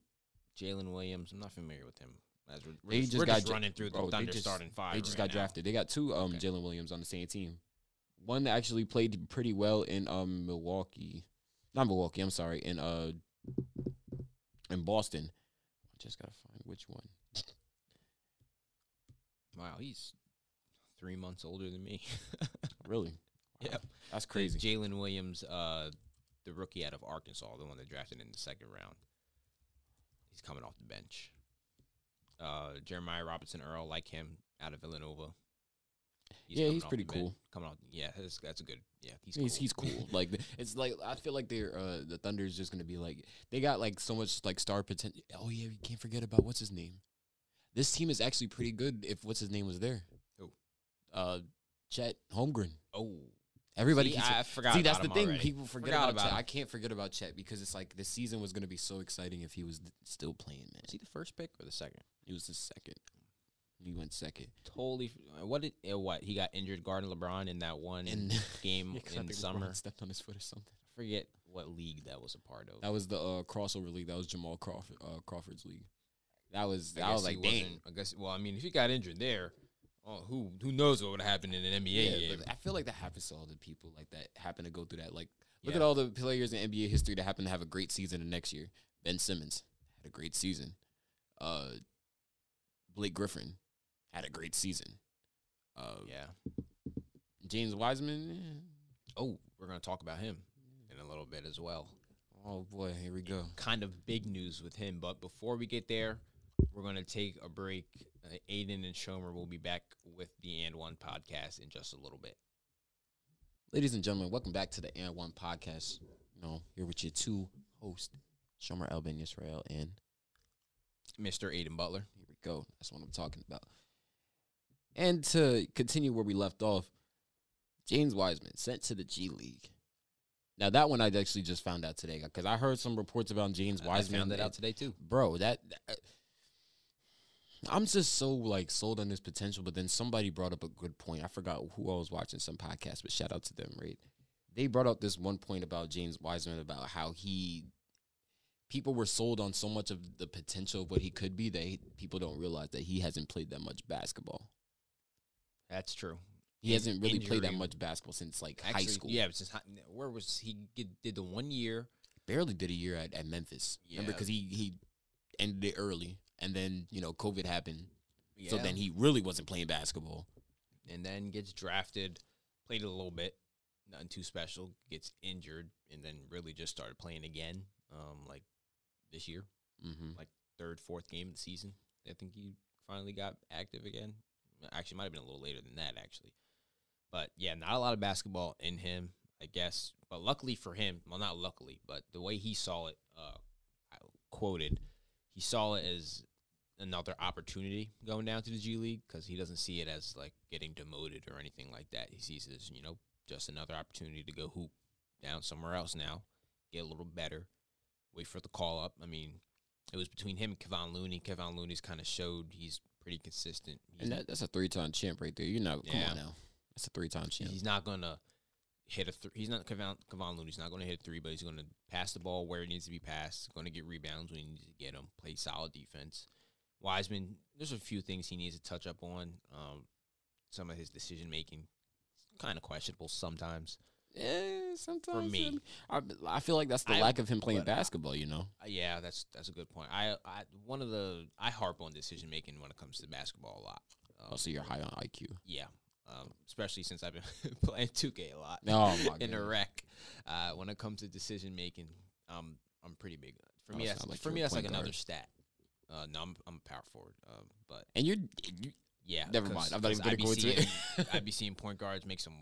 Speaker 2: Jalen Williams. I'm not familiar with him. As we're, we're
Speaker 3: They
Speaker 2: just,
Speaker 3: just
Speaker 2: we're
Speaker 3: got
Speaker 2: just
Speaker 3: dra-
Speaker 2: running through
Speaker 3: bro,
Speaker 2: the
Speaker 3: they
Speaker 2: Thunder
Speaker 3: just-
Speaker 2: starting five.
Speaker 3: They just
Speaker 2: right
Speaker 3: got
Speaker 2: now.
Speaker 3: drafted. They got two um,
Speaker 2: Okay.
Speaker 3: Jalen Williams on the same team. One that actually played pretty well in um, Milwaukee, not Milwaukee. I'm sorry, in uh, in Boston. I just gotta find which one.
Speaker 2: Wow, he's three months older than me.
Speaker 3: Really?
Speaker 2: Yep.
Speaker 3: that's crazy.
Speaker 2: Jalen Williams, uh, the rookie out of Arkansas, the one that drafted in the second round. He's coming off the bench. Uh, Jeremiah Robinson Earl, like him, out of Villanova.
Speaker 3: Yeah,
Speaker 2: coming
Speaker 3: he's
Speaker 2: off
Speaker 3: pretty
Speaker 2: the bench-
Speaker 3: cool.
Speaker 2: Coming off, yeah, that's, that's a good. Yeah, he's
Speaker 3: He's he's,
Speaker 2: cool.
Speaker 3: cool. like th- it's like I feel like they're uh, the Thunder is just gonna be like they got like so much like star potential. Oh yeah, we can't forget about what's his name. This team is actually pretty good if what's his name was there.
Speaker 2: Who?
Speaker 3: Uh, Chet Holmgren.
Speaker 2: Oh,
Speaker 3: Everybody
Speaker 2: See,
Speaker 3: keeps
Speaker 2: I forgot.
Speaker 3: See, that's
Speaker 2: about him
Speaker 3: the thing.
Speaker 2: already.
Speaker 3: People forget
Speaker 2: Forgot
Speaker 3: about,
Speaker 2: about
Speaker 3: Chet.
Speaker 2: him.
Speaker 3: I can't forget about Chet because it's like the season was going to be so exciting if he was th- still playing, man.
Speaker 2: Was he the first pick or the second?
Speaker 3: He was the second. He went second.
Speaker 2: Totally. f- uh, What did uh, what he got injured guarding LeBron in that one
Speaker 3: And
Speaker 2: game
Speaker 3: Yeah, 'cause I
Speaker 2: in
Speaker 3: think LeBron
Speaker 2: summer?
Speaker 3: stepped on his foot or something.
Speaker 2: I forget what league that was a part of.
Speaker 3: That was the uh, crossover league. That was Jamal Crawford, uh, Crawford's league. That was
Speaker 2: I,
Speaker 3: I,
Speaker 2: guess
Speaker 3: was
Speaker 2: he
Speaker 3: like, dang.
Speaker 2: wasn't- I guess. Well, I mean, if he got injured there, oh, who who knows what would happen in an NBA
Speaker 3: Yeah,
Speaker 2: game?
Speaker 3: but I feel like that happens to all the people like that happen to go through that. Like, look
Speaker 2: Yeah.
Speaker 3: at all the players in NBA history that happen to have a great season the next year. Ben Simmons had a great season. Uh, Blake Griffin had a great season. Uh,
Speaker 2: yeah.
Speaker 3: James Wiseman. eh.
Speaker 2: Oh, we're gonna talk about him in a little bit as well.
Speaker 3: Oh boy, here we go.
Speaker 2: Kind of big news with him, but before we get there, we're gonna take a break. Uh, Aiden and Shomer will be back with the And One podcast in just a little bit.
Speaker 3: Ladies and gentlemen, welcome back to the And One Podcast. You know, here with your two hosts, Shomer Elbin Israel and
Speaker 2: Mr. Aiden Butler.
Speaker 3: Here we go. That's what I'm talking about. And to continue where we left off, James Wiseman sent to the G League. Now that one I actually just found out today because I heard some reports about James
Speaker 2: I-
Speaker 3: Wiseman.
Speaker 2: I found that
Speaker 3: and-
Speaker 2: out today too.
Speaker 3: bro. That, that- I'm just so like sold on this potential. But then somebody brought up a good point. I forgot who I was watching some podcast, but shout out to them. Right? They brought up this one point about James Wiseman about how he people were sold on so much of the potential of what he could be that he- people don't realize that he hasn't played that much basketball.
Speaker 2: That's true.
Speaker 3: He hasn't really played that
Speaker 2: injury-
Speaker 3: much basketball since like high
Speaker 2: Actually,
Speaker 3: school.
Speaker 2: Yeah, since high, where was he? Get, did the one year?
Speaker 3: barely did a year at, at Memphis. Remember,
Speaker 2: Yeah.
Speaker 3: because he he ended it early, and then you know COVID happened. So
Speaker 2: yeah,
Speaker 3: then he really wasn't playing basketball.
Speaker 2: and then gets drafted, played a little bit, nothing too special, gets injured, and then really just started playing again, um, like this year,
Speaker 3: Mm-hmm.
Speaker 2: third, fourth game of the season. I think he finally got active again. Actually, might have been a little later than that, actually. But yeah, not a lot of basketball in him, I guess. But luckily for him, well, not luckily, but the way he saw it, uh, I quoted, he saw it as another opportunity going down to the G League because he doesn't see it as like getting demoted or anything like that. He sees it as, you know, just another opportunity to go hoop down somewhere else now, get a little better, wait for the call up. I mean, it was between him and Kevon Looney. Kevon Looney's kind of showed he's pretty consistent. He's,
Speaker 3: And that, that's a three time champ right there. You're not come
Speaker 2: Yeah.
Speaker 3: on now. That's a three time champ.
Speaker 2: he's not gonna hit a three. He's not Kevon, Kevon Looney's not gonna hit a three, but he's gonna pass the ball where it needs to be passed. Gonna get rebounds when he needs to get them. Play solid defense. Wiseman, there's a few things he needs to touch up on. Um, some of his decision making, kind of questionable sometimes.
Speaker 3: Eh, sometimes
Speaker 2: me.
Speaker 3: um, I, I feel like that's the
Speaker 2: I-
Speaker 3: lack of him playing
Speaker 2: but, uh,
Speaker 3: basketball. You know,
Speaker 2: Uh, yeah, that's that's a good point. I, I one of the I harp on decision making when it comes to basketball a lot. Um,
Speaker 3: also Oh, you're high on IQ.
Speaker 2: Yeah. Um, especially since I've been playing 2K a lot
Speaker 3: Oh my
Speaker 2: in a
Speaker 3: goodness.
Speaker 2: wreck. Uh, when it comes to decision making, um, I'm pretty big. For
Speaker 3: Oh,
Speaker 2: me,
Speaker 3: it's
Speaker 2: that's,
Speaker 3: not like
Speaker 2: for
Speaker 3: you're a
Speaker 2: me, that's
Speaker 3: point
Speaker 2: like another
Speaker 3: guard.
Speaker 2: stat. Uh, no, I'm, I'm a power forward. Um, but
Speaker 3: And you're you,
Speaker 2: yeah,
Speaker 3: never
Speaker 2: 'cause-
Speaker 3: mind. I'm not
Speaker 2: 'cause
Speaker 3: even gonna
Speaker 2: I be
Speaker 3: go into it.
Speaker 2: seeing- I'd be seeing point guards make some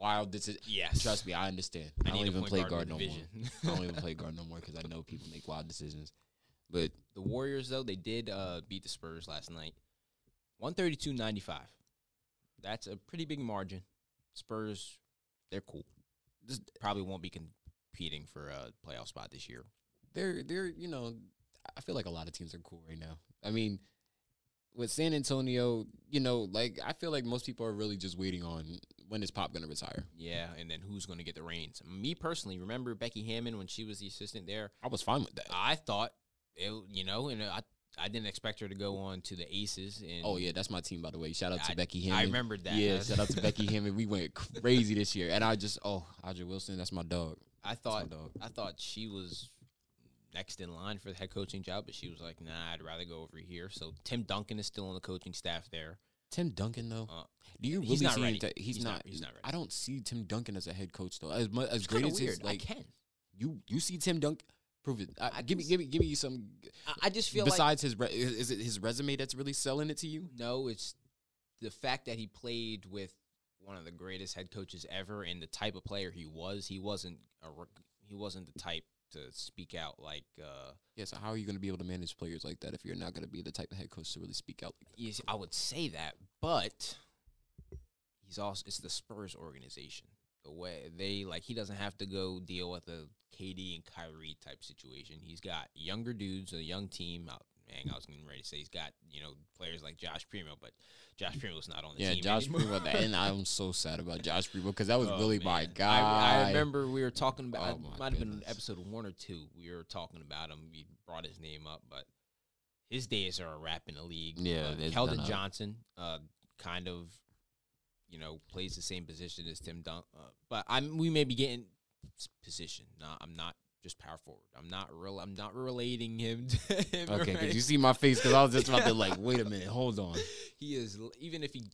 Speaker 3: Wild. This is
Speaker 2: yes.
Speaker 3: trust me. I understand. I,
Speaker 2: I,
Speaker 3: don't
Speaker 2: need
Speaker 3: even
Speaker 2: a point
Speaker 3: play
Speaker 2: guard,
Speaker 3: guard
Speaker 2: with
Speaker 3: no more.
Speaker 2: vision.
Speaker 3: I don't even play guard no more because I know people make wild decisions. But
Speaker 2: The Warriors, though, they did uh, beat the Spurs last night. 132-95. That's a pretty big margin. Spurs, they're cool. This probably won't be competing for a playoff spot this year.
Speaker 3: they're they're you know I feel like a lot of teams are cool right now. I mean, with San Antonio, you know, like I feel like most people are really just waiting on when is Pop gonna retire.
Speaker 2: Yeah, and then who's going to get the reins? Me personally, remember Becky Hammond when she was the assistant there?
Speaker 3: I was fine with that.
Speaker 2: I thought, it, you know, and I I didn't expect her to go on to the Aces. And
Speaker 3: Oh yeah, that's my team by the way. Shout out to
Speaker 2: I-
Speaker 3: Becky Hammond.
Speaker 2: I remembered that.
Speaker 3: Yeah, shout out to Becky Hammond. We went crazy this year, and I just oh, Audrey Wilson, that's my dog.
Speaker 2: I
Speaker 3: That's my
Speaker 2: thought
Speaker 3: dog.
Speaker 2: I thought she was next in line for the head coaching job, but she was like, "Nah, I'd rather go over here." So Tim Duncan is still on the coaching staff there.
Speaker 3: Tim Duncan though,
Speaker 2: Uh,
Speaker 3: do you really
Speaker 2: he's not
Speaker 3: see him
Speaker 2: ready.
Speaker 3: ta- he's,
Speaker 2: He's
Speaker 3: not,
Speaker 2: not- he's not ready.
Speaker 3: I don't see Tim Duncan as a head coach though. As mu- as
Speaker 2: it's
Speaker 3: great
Speaker 2: kind
Speaker 3: as
Speaker 2: of
Speaker 3: his,
Speaker 2: weird.
Speaker 3: like
Speaker 2: I can.
Speaker 3: you you see Tim Duncan. Prove it. I, give me, give me, give me some
Speaker 2: I, I just feel like
Speaker 3: besides his re- is is it his resume that's really selling it to you?
Speaker 2: no, it's the fact that he played with one of the greatest head coaches ever, and the type of player he was. He wasn't a rec- he wasn't the type to speak out like. Uh,
Speaker 3: Yeah, so how are you going to be able to manage players like that if you're not going to be the type of head coach to really speak out? Like
Speaker 2: yes, I would say that, but he's also it's the Spurs organization. The way they like he doesn't have to go deal with a KD and Kyrie type situation. He's got younger dudes, a young team. Uh, man, I was getting ready to say he's got you know players like Josh Primo, but Josh Primo's not on the
Speaker 3: that? Yeah,
Speaker 2: team.
Speaker 3: Josh
Speaker 2: anymore.
Speaker 3: Primo, and I'm so sad about Josh Primo because that was
Speaker 2: Oh,
Speaker 3: really my
Speaker 2: man.
Speaker 3: guy.
Speaker 2: I, I remember we were talking about.
Speaker 3: Oh,
Speaker 2: it
Speaker 3: my
Speaker 2: might have been
Speaker 3: goodness.
Speaker 2: episode one or two. We were talking about him. We brought his name up, but his days are a wrap in the league.
Speaker 3: Yeah,
Speaker 2: uh,
Speaker 3: it's done
Speaker 2: Keldon
Speaker 3: up.
Speaker 2: Johnson, uh, kind of, you know, plays the same position as Tim Dunk. Uh, but I'm we may be getting s- position. No, I'm not just power forward. I'm not real. I'm not relating him. To him
Speaker 3: Okay,
Speaker 2: right
Speaker 3: because you see my face because I was just about to like, wait a minute, hold on.
Speaker 2: he is l- even if he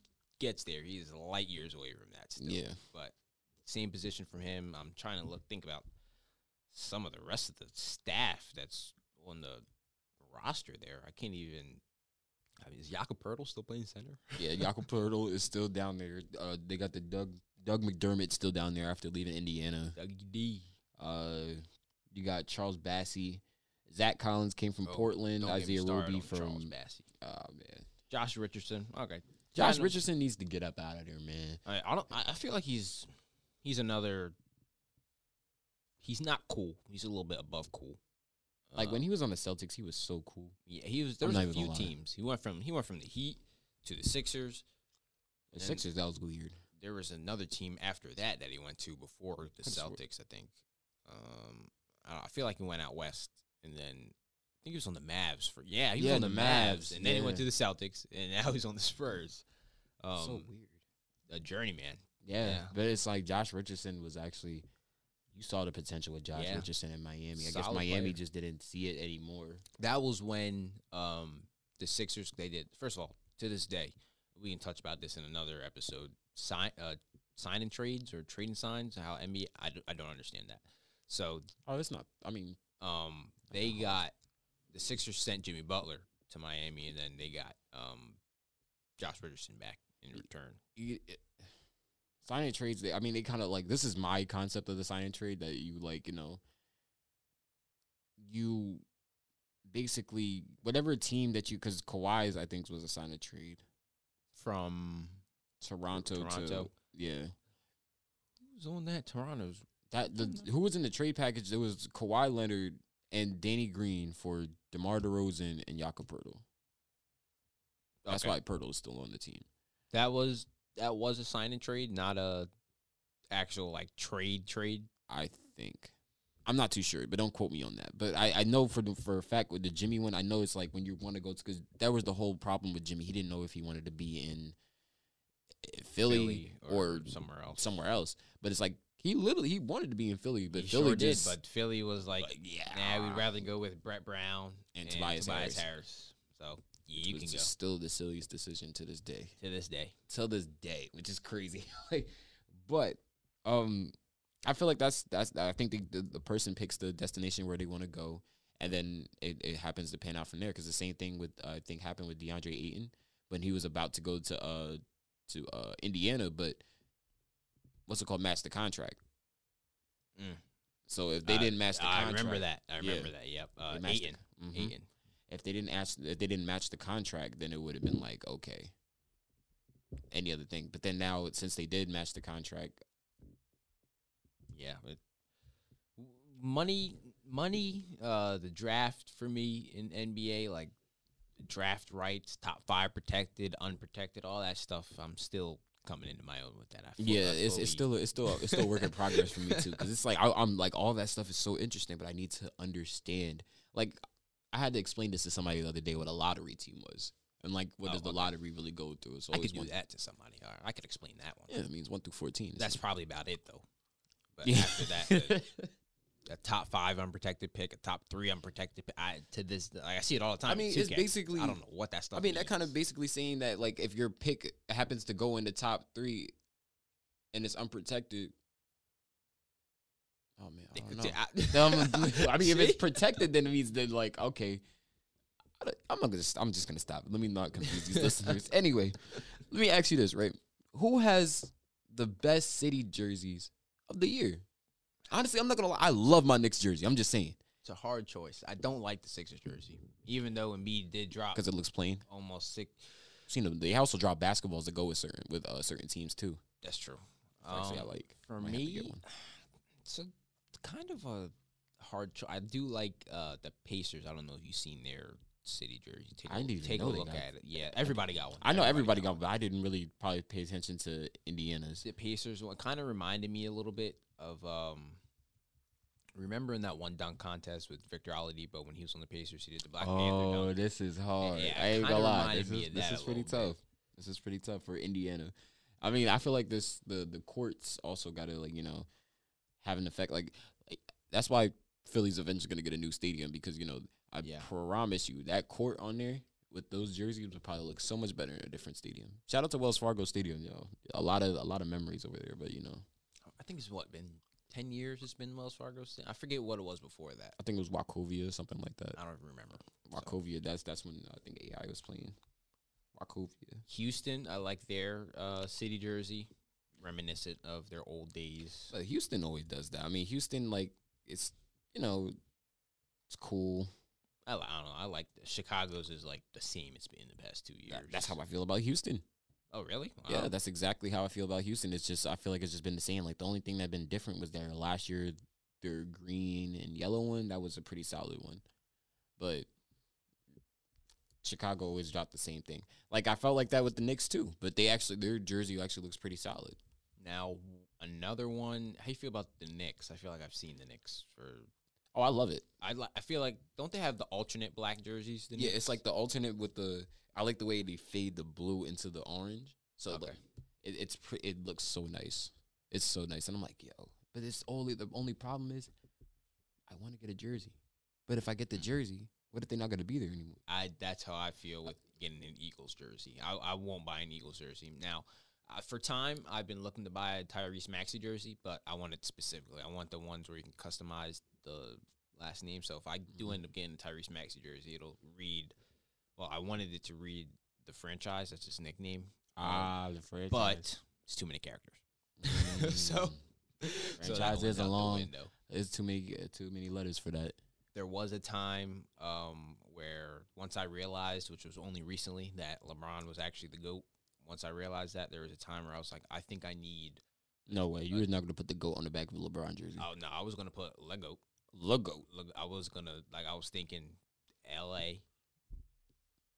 Speaker 2: gets there, he is light years away from that. Still.
Speaker 3: Yeah.
Speaker 2: but same position from him. I'm trying to look think about some of the rest of the staff that's on the roster there. I can't even. I mean, is Jakob Pertl still playing center?
Speaker 3: Yeah, Jakob Pertl is still down there. Uh, they got the Doug Doug McDermott still down there after leaving Indiana.
Speaker 2: Dougie D.
Speaker 3: Uh, you got Charles Bassie. Zach Collins came from
Speaker 2: Oh,
Speaker 3: Portland.
Speaker 2: Don't get me
Speaker 3: Isaiah
Speaker 2: started
Speaker 3: Roby
Speaker 2: on Charles
Speaker 3: from.
Speaker 2: Bassey.
Speaker 3: Oh man,
Speaker 2: Josh Richardson. Okay,
Speaker 3: Josh
Speaker 2: Kinda-
Speaker 3: Richardson needs to get up out of there, man.
Speaker 2: I, I don't. I I feel like he's he's another. He's not cool. He's a little bit above cool.
Speaker 3: Like
Speaker 2: Uh,
Speaker 3: when he was on the Celtics, he was so cool.
Speaker 2: Yeah, he was. There
Speaker 3: I'm
Speaker 2: was
Speaker 3: not
Speaker 2: a
Speaker 3: even
Speaker 2: few
Speaker 3: gonna lie.
Speaker 2: teams. He went from he went from the Heat to the Sixers.
Speaker 3: The
Speaker 2: And-
Speaker 3: Sixers, that was weird.
Speaker 2: There was another team after that that he went to before the
Speaker 3: That's weird.
Speaker 2: Celtics, I think. Um, I, don't know, I feel like he went out west, and then I think he was on the Mavs for yeah, he
Speaker 3: Yeah,
Speaker 2: was on the,
Speaker 3: the
Speaker 2: Mavs,
Speaker 3: Mavs,
Speaker 2: and then he went to
Speaker 3: yeah.
Speaker 2: the Celtics, and now he's on the Spurs. Um,
Speaker 3: so weird.
Speaker 2: a journeyman.
Speaker 3: Yeah,
Speaker 2: yeah.
Speaker 3: but it's like Josh Richardson was actually. You saw the potential with Josh
Speaker 2: Yeah.
Speaker 3: Richardson in Miami. I guess
Speaker 2: Solid
Speaker 3: Miami
Speaker 2: player.
Speaker 3: just didn't see it anymore.
Speaker 2: that was when um, the Sixers they did. First of all, to this day, we can touch about this in another episode. Sign uh, sign and trades or trading signs. How NBA I, d- I don't understand that. So
Speaker 3: Oh, it's not. I mean,
Speaker 2: um, they got the Sixers sent Jimmy Butler to Miami, and then they got um, Josh Richardson back in return.
Speaker 3: you, it, sign and trades. They, I mean, they kind of like this is my concept of the sign and trade that you like. You know, you basically whatever team that you because Kawhi's I think was a sign and trade.
Speaker 2: From
Speaker 3: Toronto,
Speaker 2: Toronto.
Speaker 3: to yeah.
Speaker 2: who's on that Toronto's?
Speaker 3: That the who was in the trade package? There was Kawhi Leonard and Danny Green for DeMar DeRozan and Jakob Pertl. That's
Speaker 2: Okay.
Speaker 3: why Pertl is still on the team.
Speaker 2: that was that was a sign and trade, not a actual like trade trade.
Speaker 3: I think. I'm not too sure, but don't quote me on that. But I, I know for the, for a fact with the Jimmy one, I know it's like when you want to go to because that was the whole problem with Jimmy. He didn't know if he wanted to be in eh, Philly, or, somewhere
Speaker 2: somewhere
Speaker 3: else.
Speaker 2: else.
Speaker 3: But it's like he literally he wanted to be in Philly, but
Speaker 2: He
Speaker 3: Philly
Speaker 2: sure
Speaker 3: just,
Speaker 2: did, but Philly was like,
Speaker 3: but yeah,
Speaker 2: nah, we'd rather go with Brett Brown
Speaker 3: And Tobias Harris.
Speaker 2: So yeah, you
Speaker 3: It's
Speaker 2: can go
Speaker 3: just still the silliest decision to this day.
Speaker 2: to this day.
Speaker 3: till this day, which is crazy. like, but um, I feel like that's that's I think the the, the person picks the destination where they want to go, and then it, it happens to pan out from there. Because the same thing with uh, I think happened with DeAndre Ayton when he was about to go to uh to uh Indiana, but what's it called? Match the contract.
Speaker 2: Mm.
Speaker 3: So if they
Speaker 2: I-
Speaker 3: didn't match the
Speaker 2: Uh, I
Speaker 3: contract,
Speaker 2: remember that. I
Speaker 3: Yeah.
Speaker 2: remember that. Yep. Uh,
Speaker 3: they matched the-
Speaker 2: Aiton.
Speaker 3: Mhm.
Speaker 2: Aiton.
Speaker 3: If they didn't ask, if they didn't match the contract, then it would have been like okay, any other thing. But then now, since they did match the contract,
Speaker 2: Yeah. but- money, money. Uh, the draft for me in NBA, like draft rights, top five protected, unprotected, all that stuff. I'm still coming into my own with that. I feel,
Speaker 3: Yeah,
Speaker 2: I
Speaker 3: it's,
Speaker 2: fully-
Speaker 3: it's still it's still it's still a work in progress for me too because it's like I, I'm like all that stuff is so interesting, but I need to understand. Like, I had to explain this to somebody the other day what a lottery team was, and like what
Speaker 2: Oh,
Speaker 3: does the
Speaker 2: okay.
Speaker 3: lottery really go through? It's
Speaker 2: I could
Speaker 3: always
Speaker 2: do
Speaker 3: one.
Speaker 2: that to somebody. All right, I could explain that one.
Speaker 3: Yeah, it means one through fourteen. It's
Speaker 2: That's probably about it though. But
Speaker 3: Yeah.
Speaker 2: after that, uh, a top five unprotected pick, a top three unprotected pick. I, to this, like, I see it all the time.
Speaker 3: I
Speaker 2: in
Speaker 3: mean, it's
Speaker 2: 2K.
Speaker 3: basically-
Speaker 2: I don't know what that stuff.
Speaker 3: I mean, that
Speaker 2: means.
Speaker 3: kind of basically saying that like if your pick happens to go in the top three, and it's unprotected. Oh man, I don't know. No, I'm- I mean, if it's
Speaker 2: See?
Speaker 3: protected, then it means that like okay. I don't- I'm not gonna. st- I'm just gonna stop. Let me not confuse these listeners. Anyway, let me ask you this, right? Who has the best city jerseys of the year? Honestly, I'm not gonna lie. I love my Knicks jersey. I'm just saying
Speaker 2: it's a hard choice. I don't like the Sixers jersey, even though Embiid did drop
Speaker 3: because it looks plain.
Speaker 2: almost six.
Speaker 3: You know, they also drop basketballs that go with certain with uh, certain teams too.
Speaker 2: That's true.
Speaker 3: So actually, I
Speaker 2: Um,
Speaker 3: like.
Speaker 2: for
Speaker 3: might have to get
Speaker 2: me,
Speaker 3: one.
Speaker 2: it's a kind of a hard choice. I do like uh, the Pacers. I don't know if you've seen their city jersey. Take a,
Speaker 3: I didn't even
Speaker 2: take
Speaker 3: know
Speaker 2: a
Speaker 3: they
Speaker 2: look
Speaker 3: got-
Speaker 2: at it. Yeah, everybody got one.
Speaker 3: I know everybody got, but I didn't really probably pay attention to Indiana's.
Speaker 2: the Pacers one kind of reminded me a little bit of um Remember in that one dunk contest with Victor Oladipo when he was on the Pacers, he did the Black Panther
Speaker 3: Oh,
Speaker 2: dunk.
Speaker 3: this is hard.
Speaker 2: Yeah,
Speaker 3: I ain't
Speaker 2: kinda
Speaker 3: gonna lie.
Speaker 2: reminded
Speaker 3: This
Speaker 2: me
Speaker 3: is
Speaker 2: of
Speaker 3: this
Speaker 2: that
Speaker 3: is
Speaker 2: a
Speaker 3: pretty tough.
Speaker 2: little
Speaker 3: This is pretty tough for Indiana. I mean, I feel like this the the courts also got to like you know have an effect. Like, like, that's why Philly's eventually gonna get a new stadium because you know I
Speaker 2: Yeah.
Speaker 3: promise you that court on there with those jerseys would probably look so much better in a different stadium. Shout out to Wells Fargo Stadium, yo. A lot of a lot of memories over there, but you know
Speaker 2: I think it's what been ten years. It's been Wells Fargo. Sta- I forget what it was before that.
Speaker 3: I think it was Wachovia something like that.
Speaker 2: I don't even remember.
Speaker 3: Wachovia. That's that's when I think AI was playing. Wachovia.
Speaker 2: Houston, I like their uh, city jersey, reminiscent of their old days.
Speaker 3: But Houston always does that. I mean, Houston, like, it's, you know, it's cool.
Speaker 2: I, li- I don't know. I like the, Chicago's is like the same it's been the past two years.
Speaker 3: That- that's how I feel about Houston.
Speaker 2: Oh really?
Speaker 3: Yeah,
Speaker 2: Wow.
Speaker 3: that's exactly how I feel about Houston. It's just, I feel like it's just been the same. Like, the only thing that been different was their last year, their green and yellow one. That was a pretty solid one. But Chicago always dropped the same thing. Like, I felt like that with the Knicks, too. But they actually, their jersey actually looks pretty solid.
Speaker 2: Now another one. How you feel about the Knicks? I feel like I've seen the Knicks for.
Speaker 3: Oh, I love it.
Speaker 2: I li- I feel like don't they have the alternate black jerseys? The
Speaker 3: yeah,
Speaker 2: Knicks?
Speaker 3: it's like the alternate with the. I like the way they fade the blue into the orange. So
Speaker 2: Okay.
Speaker 3: like, it, it's pre- it looks so nice. It's so nice, and I'm like, yo. But it's only the only problem is, I want to get a jersey, but if I get the jersey, what if they're not gonna be there anymore?
Speaker 2: I that's how I feel with getting an Eagles jersey. I, I won't buy an Eagles jersey now. Uh, for time, I've been looking to buy a Tyrese Maxey jersey, but I want it specifically. I want the ones where you can customize the last name. So if I do
Speaker 3: Mm-hmm.
Speaker 2: end up getting a Tyrese Maxey jersey, it'll read. Well, I wanted it to read the franchise. That's his nickname, Ah,
Speaker 3: the franchise. Mm.
Speaker 2: but it's too many characters. so- So that
Speaker 3: Franchise
Speaker 2: one's
Speaker 3: is a
Speaker 2: out the
Speaker 3: long-
Speaker 2: window.
Speaker 3: it's too many uh, too many letters for that.
Speaker 2: there was a time um, where once I realized, which was only recently, that LeBron was actually the GOAT. Once I realized that, there was a time where I was like, I think I need.
Speaker 3: No way, you're not gonna put the goat on the back of a LeBron jersey.
Speaker 2: Oh no, I was gonna put Lego.
Speaker 3: Logo,
Speaker 2: Lego I was gonna like I was thinking, L.A.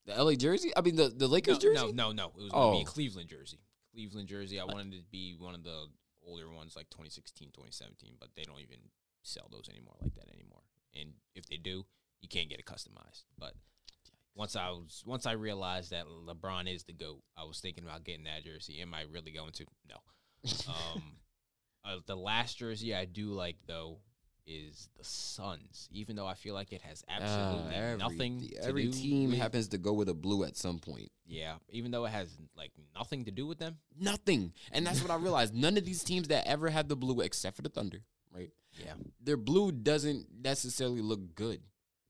Speaker 3: the LA jersey. I mean, the the Lakers
Speaker 2: No, no,
Speaker 3: jersey.
Speaker 2: no, no. It was gonna be
Speaker 3: Oh.
Speaker 2: a Cleveland jersey. Cleveland jersey. I wanted it to be one of the older ones, like 2016, 2017, but they don't even sell those anymore like that anymore. And if they do, you can't get it customized. But once I was once I realized that LeBron is the goat, I was thinking about getting that jersey. Am I really going to? No. Um, uh, the last jersey I do like though is the Suns, even though I feel like it has absolutely
Speaker 3: Uh, every-
Speaker 2: nothing. to
Speaker 3: Every
Speaker 2: do
Speaker 3: team
Speaker 2: with-
Speaker 3: happens to go with a blue at some point.
Speaker 2: Yeah, even though it has like nothing to do with them.
Speaker 3: Nothing. And that's what I realized. None of these teams that ever had the blue, except for the Thunder, right?
Speaker 2: Yeah.
Speaker 3: Their blue doesn't necessarily look good.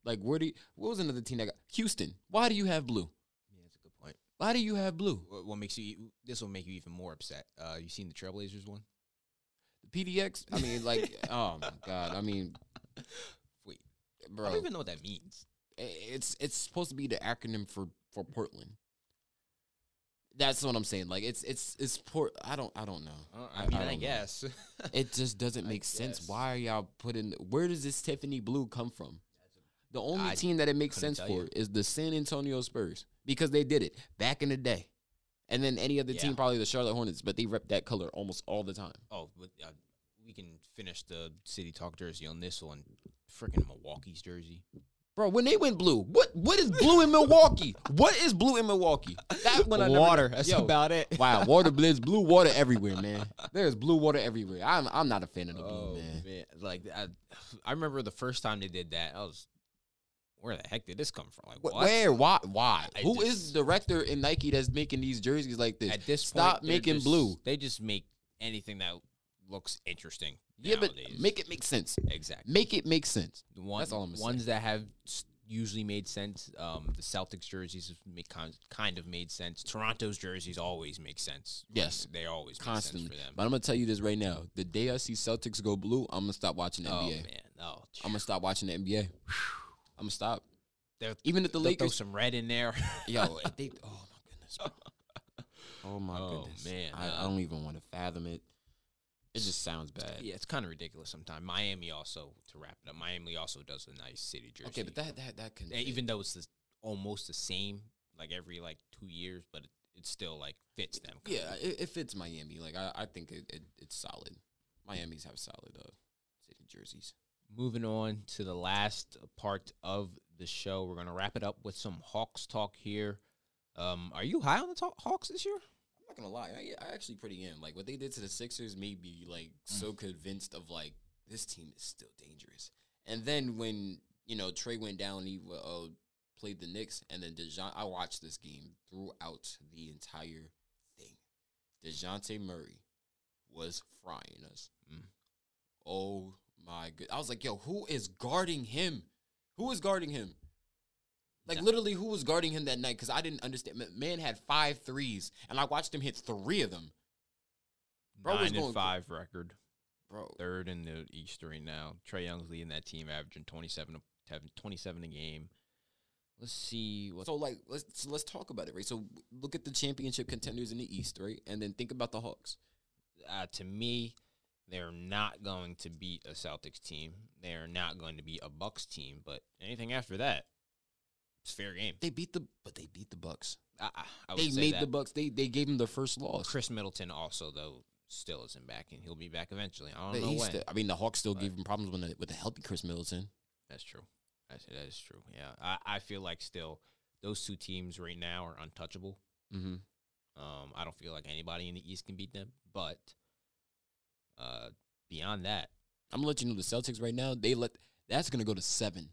Speaker 3: Like, where do you, what was another team that got? Houston. Why do you have blue?
Speaker 2: Yeah, that's a good point.
Speaker 3: Why do you have blue?
Speaker 2: What, what makes you? e, This will make you even more upset. Uh, you seen the Trailblazers one?
Speaker 3: PDX? I mean, like, oh my God. I mean,
Speaker 2: Wait, I
Speaker 3: bro,
Speaker 2: don't even know what that means.
Speaker 3: it's it's supposed to be the acronym for for Portland. That's what I'm saying. Like, it's it's it's port. I don't I don't know.
Speaker 2: Uh, I, don't- I mean, I,
Speaker 3: don't know.
Speaker 2: guess
Speaker 3: It just doesn't
Speaker 2: I
Speaker 3: make sense.
Speaker 2: guess.
Speaker 3: Why are y'all putting? Where does this Tiffany blue come from? The only
Speaker 2: I
Speaker 3: team that it makes
Speaker 2: couldn't
Speaker 3: sense
Speaker 2: tell
Speaker 3: for
Speaker 2: you.
Speaker 3: is the San Antonio Spurs because they did it back in the day, and then any other team,
Speaker 2: Yeah.
Speaker 3: probably the Charlotte Hornets, but they rep that color almost all the time.
Speaker 2: Oh, but, uh, we can finish the City Talk jersey on this one. Freaking Milwaukee's jersey.
Speaker 3: Bro, when they went blue, what what is blue in Milwaukee? what is blue in Milwaukee? That one I never- Yo,
Speaker 2: it.
Speaker 3: Wow, water blitz, blue water everywhere, man. There's blue water everywhere. I'm I'm not a fan of the blue,
Speaker 2: Oh man.
Speaker 3: man.
Speaker 2: like I, I remember the first time they did that. I was, where the heck did this come from? Like
Speaker 3: Wh-
Speaker 2: what?
Speaker 3: Where? Why? Why?
Speaker 2: I
Speaker 3: Who is
Speaker 2: just-
Speaker 3: the director in Nike that's making these jerseys like this?
Speaker 2: At this point,
Speaker 3: stop
Speaker 2: they're
Speaker 3: making
Speaker 2: just-
Speaker 3: blue.
Speaker 2: They just make anything that looks interesting.
Speaker 3: Yeah, but
Speaker 2: nowadays.
Speaker 3: make it make sense.
Speaker 2: exactly.
Speaker 3: Make it make sense.
Speaker 2: The one,
Speaker 3: That's all I'm gonna say.
Speaker 2: ones that have s- usually made sense. Um, the Celtics jerseys have make con- kind of made sense. Toronto's jerseys always make sense.
Speaker 3: Yes.
Speaker 2: they always
Speaker 3: Constantly.
Speaker 2: make sense for
Speaker 3: But
Speaker 2: them.
Speaker 3: I'm gonna tell you this right now. The day I see Celtics go blue, I'm gonna stop watching the
Speaker 2: Oh
Speaker 3: NBA.
Speaker 2: man, oh,
Speaker 3: I'm gonna stop watching the NBA. I'm gonna stop.
Speaker 2: they'll-
Speaker 3: Even if the
Speaker 2: they'll throw
Speaker 3: Lakers,
Speaker 2: some red in there.
Speaker 3: yo, if they, oh my goodness, bro. oh my
Speaker 2: Oh,
Speaker 3: goodness,
Speaker 2: man,
Speaker 3: I, I
Speaker 2: uh,
Speaker 3: don't even want to fathom it. It just sounds bad.
Speaker 2: yeah, it's kind of ridiculous sometimes. Miami also to wrap it up. Miami also does a nice city jersey.
Speaker 3: Okay, but that that that can
Speaker 2: Yeah, even though it's the, almost the same, like every like two years, but it, it still like fits them. kinda.
Speaker 3: Yeah, it, it fits Miami. Like I, I think it, it, it's solid. Miami's have solid uh city jerseys.
Speaker 2: Moving on to the last part of the show, we're gonna wrap it up with some Hawks talk here. Um, are you high on the talk- Hawks this year?
Speaker 3: I'm not gonna lie, I, I actually pretty am. Like what they did to the Sixers made me like so convinced of like this team is still dangerous. And then when you know Trey went down, he uh, played the Knicks, and then Dejounte. I watched this game throughout the entire thing. Dejounte Murray was frying us.
Speaker 2: Mm.
Speaker 3: Oh my good! I was like, yo, who is guarding him? Who is guarding him? Like
Speaker 2: Yeah.
Speaker 3: literally, who was guarding him that night? Because I didn't understand. Ma- Man had five threes, and I watched him hit three of them, Bro was
Speaker 2: Nine
Speaker 3: going-
Speaker 2: and five record,
Speaker 3: bro.
Speaker 2: third in the East right now. Trey Young's leading that team, averaging 27, a- 27 a game. Let's see what
Speaker 3: So like, let's so let's talk about it, right? So look at the championship contenders in the East, right, and then think about the Hawks.
Speaker 2: uh, to me, they're not going to beat a Celtics team. They're not going to beat a Bucks team. But anything after that, it's fair game.
Speaker 3: They beat the, but they beat the Bucks.
Speaker 2: I, I, I would
Speaker 3: They
Speaker 2: say
Speaker 3: made
Speaker 2: that.
Speaker 3: the Bucks. They they gave him the first loss.
Speaker 2: Chris Middleton also though still isn't back, and he'll be back eventually. I don't
Speaker 3: But
Speaker 2: know
Speaker 3: he
Speaker 2: when.
Speaker 3: still- I mean, the Hawks still
Speaker 2: But-
Speaker 3: gave him problems when the, with the healthy Chris Middleton.
Speaker 2: That's true. That's, that is true. Yeah, I, I feel like still those two teams right now are untouchable.
Speaker 3: Mm-hmm.
Speaker 2: Um, I don't feel like anybody in the East can beat them. But uh, beyond that,
Speaker 3: I'm gonna let you know the Celtics right now. They let that's gonna go to seven.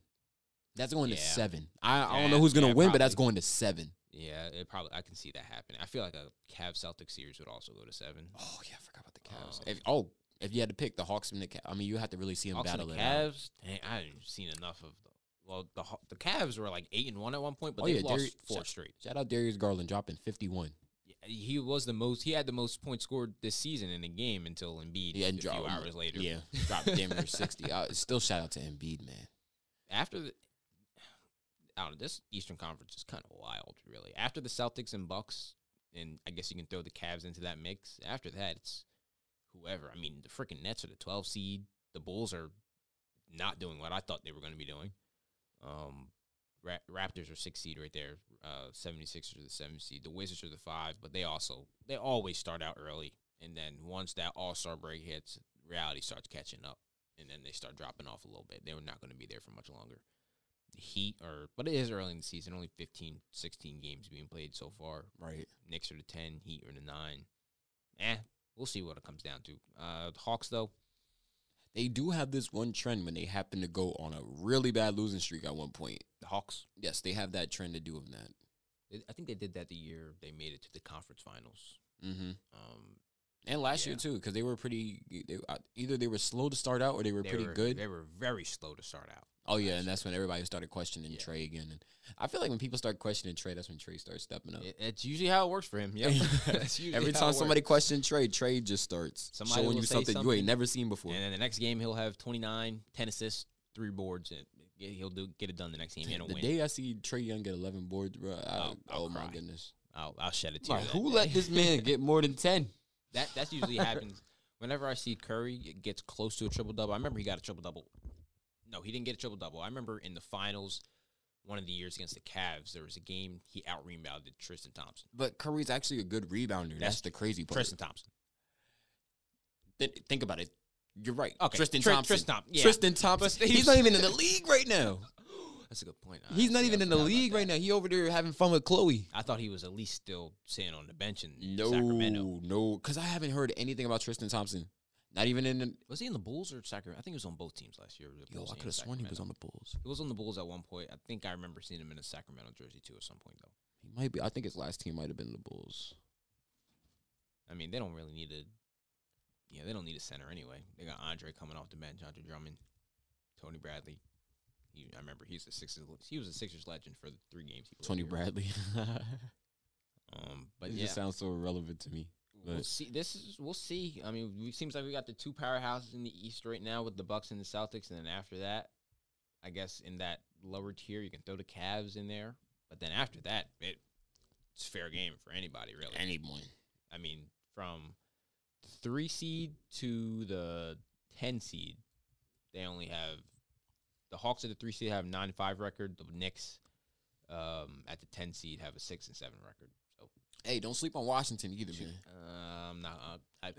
Speaker 3: That's going to
Speaker 2: Yeah.
Speaker 3: seven. I, I don't
Speaker 2: Yeah,
Speaker 3: know who's gonna
Speaker 2: yeah,
Speaker 3: win, but that's
Speaker 2: probably.
Speaker 3: going to seven.
Speaker 2: yeah, it probably I can see that happening. I feel like a Cavs Celtics series would also go to seven.
Speaker 3: Oh yeah, I forgot about the Cavs.
Speaker 2: Um,
Speaker 3: if, oh, if you had to pick the Hawks and the Cavs, I mean, you have to really see them
Speaker 2: Hawks and
Speaker 3: battle
Speaker 2: the
Speaker 3: it out.
Speaker 2: Cavs. Dang, I haven't seen enough of. The, well, the Haw- the Cavs were like eight and one at one point, but
Speaker 3: Oh,
Speaker 2: they
Speaker 3: yeah,
Speaker 2: lost
Speaker 3: Darius-
Speaker 2: four straight.
Speaker 3: Shout out Darius Garland dropping 51.
Speaker 2: Yeah, He was the most. He had the most points scored this season in a game until Embiid
Speaker 3: Yeah,
Speaker 2: a
Speaker 3: and
Speaker 2: few
Speaker 3: drop
Speaker 2: hours later.
Speaker 3: Yeah, dropped damn near 60. Uh, still shout out to Embiid, man.
Speaker 2: after the I don't know, this Eastern Conference is kind of wild, really. After the Celtics and Bucks, and I guess you can throw the Cavs into that mix. After that, it's whoever. I mean, the freaking Nets are the 12 seed. The Bulls are not doing what I thought they were going to be doing. Um, Ra- Raptors are six seed right there. Uh, 76ers are the seven seed. The Wizards are the five, but they also they always start out early, and then once that All Star break hits, reality starts catching up, and then they start dropping off a little bit. They were not going to be there for much longer. The Heat are, but it is early in the season. Only 15, 16 games being played so far.
Speaker 3: Right.
Speaker 2: Knicks are the ten, Heat are the nine. Eh, we'll see what it comes down to. Uh, the Hawks though,
Speaker 3: They do have this one trend when they happen to go on a really bad losing streak at one point.
Speaker 2: the Hawks.
Speaker 3: Yes, they have that trend to do of that.
Speaker 2: I think they did that the year they made it to the conference finals.
Speaker 3: Mm-hmm.
Speaker 2: Um,
Speaker 3: And last year
Speaker 2: Yeah.
Speaker 3: too, because they were pretty. They, uh, either they were slow to start out, or they were
Speaker 2: they
Speaker 3: pretty
Speaker 2: were-
Speaker 3: good.
Speaker 2: They were very slow to start out.
Speaker 3: Oh yeah,
Speaker 2: last
Speaker 3: and
Speaker 2: year.
Speaker 3: that's when everybody started questioning
Speaker 2: Yeah.
Speaker 3: Trey again. And I feel like when people start questioning Trey, that's when Trey starts stepping up.
Speaker 2: It, it's usually how it works for him. Yeah.
Speaker 3: Oh. Every time somebody questions Trey, Trey just starts
Speaker 2: Somebody
Speaker 3: showing
Speaker 2: will
Speaker 3: you
Speaker 2: say
Speaker 3: something, you
Speaker 2: something,
Speaker 3: ain't never seen before.
Speaker 2: And then the next game, he'll have 29, 10 assists, three boards, and he'll do get it done the next game and a
Speaker 3: the
Speaker 2: win.
Speaker 3: day I see Trey Young get 11 boards, bro, I,
Speaker 2: I'll- I'll
Speaker 3: oh my
Speaker 2: cry.
Speaker 3: goodness,
Speaker 2: I'll, I'll shed a tear.
Speaker 3: like,
Speaker 2: that
Speaker 3: who
Speaker 2: day.
Speaker 3: let this man get more than 10?
Speaker 2: That that's usually happens whenever I see Curry g- gets close to a triple double. I remember he got a triple double. No, he didn't get a triple double. I remember in the finals, one of the years against the Cavs, there was a game he out rebounded Tristan Thompson.
Speaker 3: But Curry's actually a good rebounder. That's,
Speaker 2: That's-
Speaker 3: the crazy part.
Speaker 2: Tristan Thompson.
Speaker 3: Th- think about it. You're right.
Speaker 2: Okay,
Speaker 3: Tristan
Speaker 2: Tri-
Speaker 3: Thompson.
Speaker 2: Tristan Thompson, yeah.
Speaker 3: Tristan Thompson.
Speaker 2: But
Speaker 3: He's not even in the league right now.
Speaker 2: That's a good point. I
Speaker 3: He's not
Speaker 2: honestly,
Speaker 3: even
Speaker 2: I
Speaker 3: in
Speaker 2: forgot
Speaker 3: the
Speaker 2: about
Speaker 3: league
Speaker 2: that.
Speaker 3: right now. He over there having fun with Chloe.
Speaker 2: I thought he was at least still sitting on the bench in
Speaker 3: No,
Speaker 2: Sacramento.
Speaker 3: no, because I haven't heard anything about Tristan Thompson. Not even in the.
Speaker 2: Was he in the Bulls or Sacramento? I think he was on both teams last year. the
Speaker 3: Yo,
Speaker 2: Bulls
Speaker 3: I
Speaker 2: and
Speaker 3: could have sworn he was
Speaker 2: Sacramento.
Speaker 3: on the Bulls.
Speaker 2: He was on the Bulls at one point. I think I remember seeing him in a Sacramento jersey too at some point though.
Speaker 3: He might be. I think his last team might have been the Bulls.
Speaker 2: I mean, they don't really need a yeah, they don't need a center anyway. They got Andre coming off the bench, Andre Drummond, Tony Bradley. He, I remember he's the Sixers. He was a Sixers legend for the three games he played.
Speaker 3: Tony
Speaker 2: here.
Speaker 3: Bradley.
Speaker 2: Um, but
Speaker 3: it
Speaker 2: yeah,
Speaker 3: just sounds so irrelevant to me.
Speaker 2: we'll
Speaker 3: But-
Speaker 2: see. This is we'll see. I mean, it seems like we got the two powerhouses in the East right now with the Bucks and the Celtics, and then after that, I guess in that lower tier you can throw the Cavs in there. But then after that, it, it's fair game for anybody really.
Speaker 3: Anyone.
Speaker 2: I mean, from the three seed to the ten seed, they only have the Hawks at the three seed have nine and five record. The Knicks um, at the ten seed have a six and seven record. So
Speaker 3: Hey, don't sleep on Washington either, man.
Speaker 2: um, not, uh, I,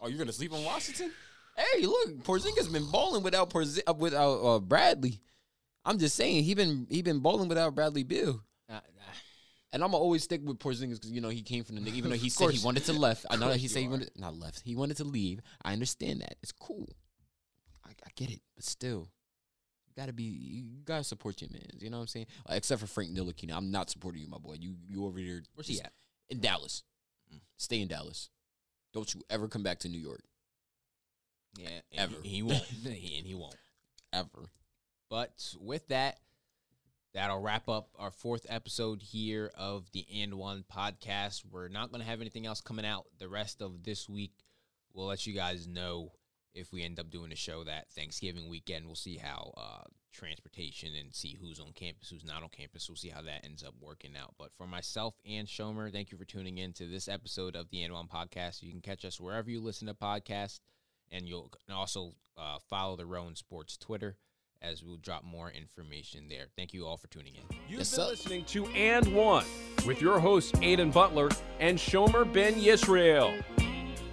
Speaker 3: oh, you're gonna sleep on Washington? Hey, look, Porzingis been balling without Porzi- uh, without uh, Bradley. I'm just saying he been he been balling without Bradley Bill.
Speaker 2: Nah, nah.
Speaker 3: And I'm gonna always stick with Porzingis because you know he came from the Knicks, even though he
Speaker 2: Of
Speaker 3: said he
Speaker 2: course.
Speaker 3: wanted to left. I know that
Speaker 2: course
Speaker 3: he
Speaker 2: you
Speaker 3: said he
Speaker 2: are.
Speaker 3: wanted not left. He wanted to leave. I understand that. It's cool. I, I get it, but still, you gotta be you gotta support your man. You know what I'm saying? Uh, except for Frank Ntilikina, I'm not supporting you, my boy. You you over there?
Speaker 2: Where's he
Speaker 3: just-
Speaker 2: at?
Speaker 3: In Dallas.
Speaker 2: Mm.
Speaker 3: Stay in Dallas. Don't you ever come back to New York
Speaker 2: Yeah, and he-
Speaker 3: Ever.
Speaker 2: He, won't, and he won't.
Speaker 3: ever.
Speaker 2: But with that, that'll wrap up our fourth episode here of the And One podcast. We're not going to have anything else coming out the rest of this week. We'll let you guys know if we end up doing a show that Thanksgiving weekend. We'll see how uh, transportation and see who's on campus, who's not on campus. We'll see how that ends up working out. But for myself and Shomer, thank you for tuning in to this episode of the And One podcast. You can catch us wherever you listen to podcasts, and you'll can also uh, follow the Rowan Sports Twitter as we'll drop more information there. Thank you all for tuning in.
Speaker 1: You've
Speaker 3: Yes,
Speaker 1: been
Speaker 3: sir.
Speaker 1: listening to And One with your hosts Aidan Butler and Shomer Ben Yisrael.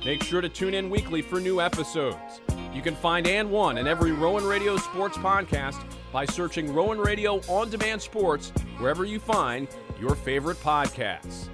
Speaker 1: Make sure to tune in weekly for new episodes. You can find And One and every Rowan Radio Sports podcast by searching Rowan Radio On Demand Sports wherever you find your favorite podcasts.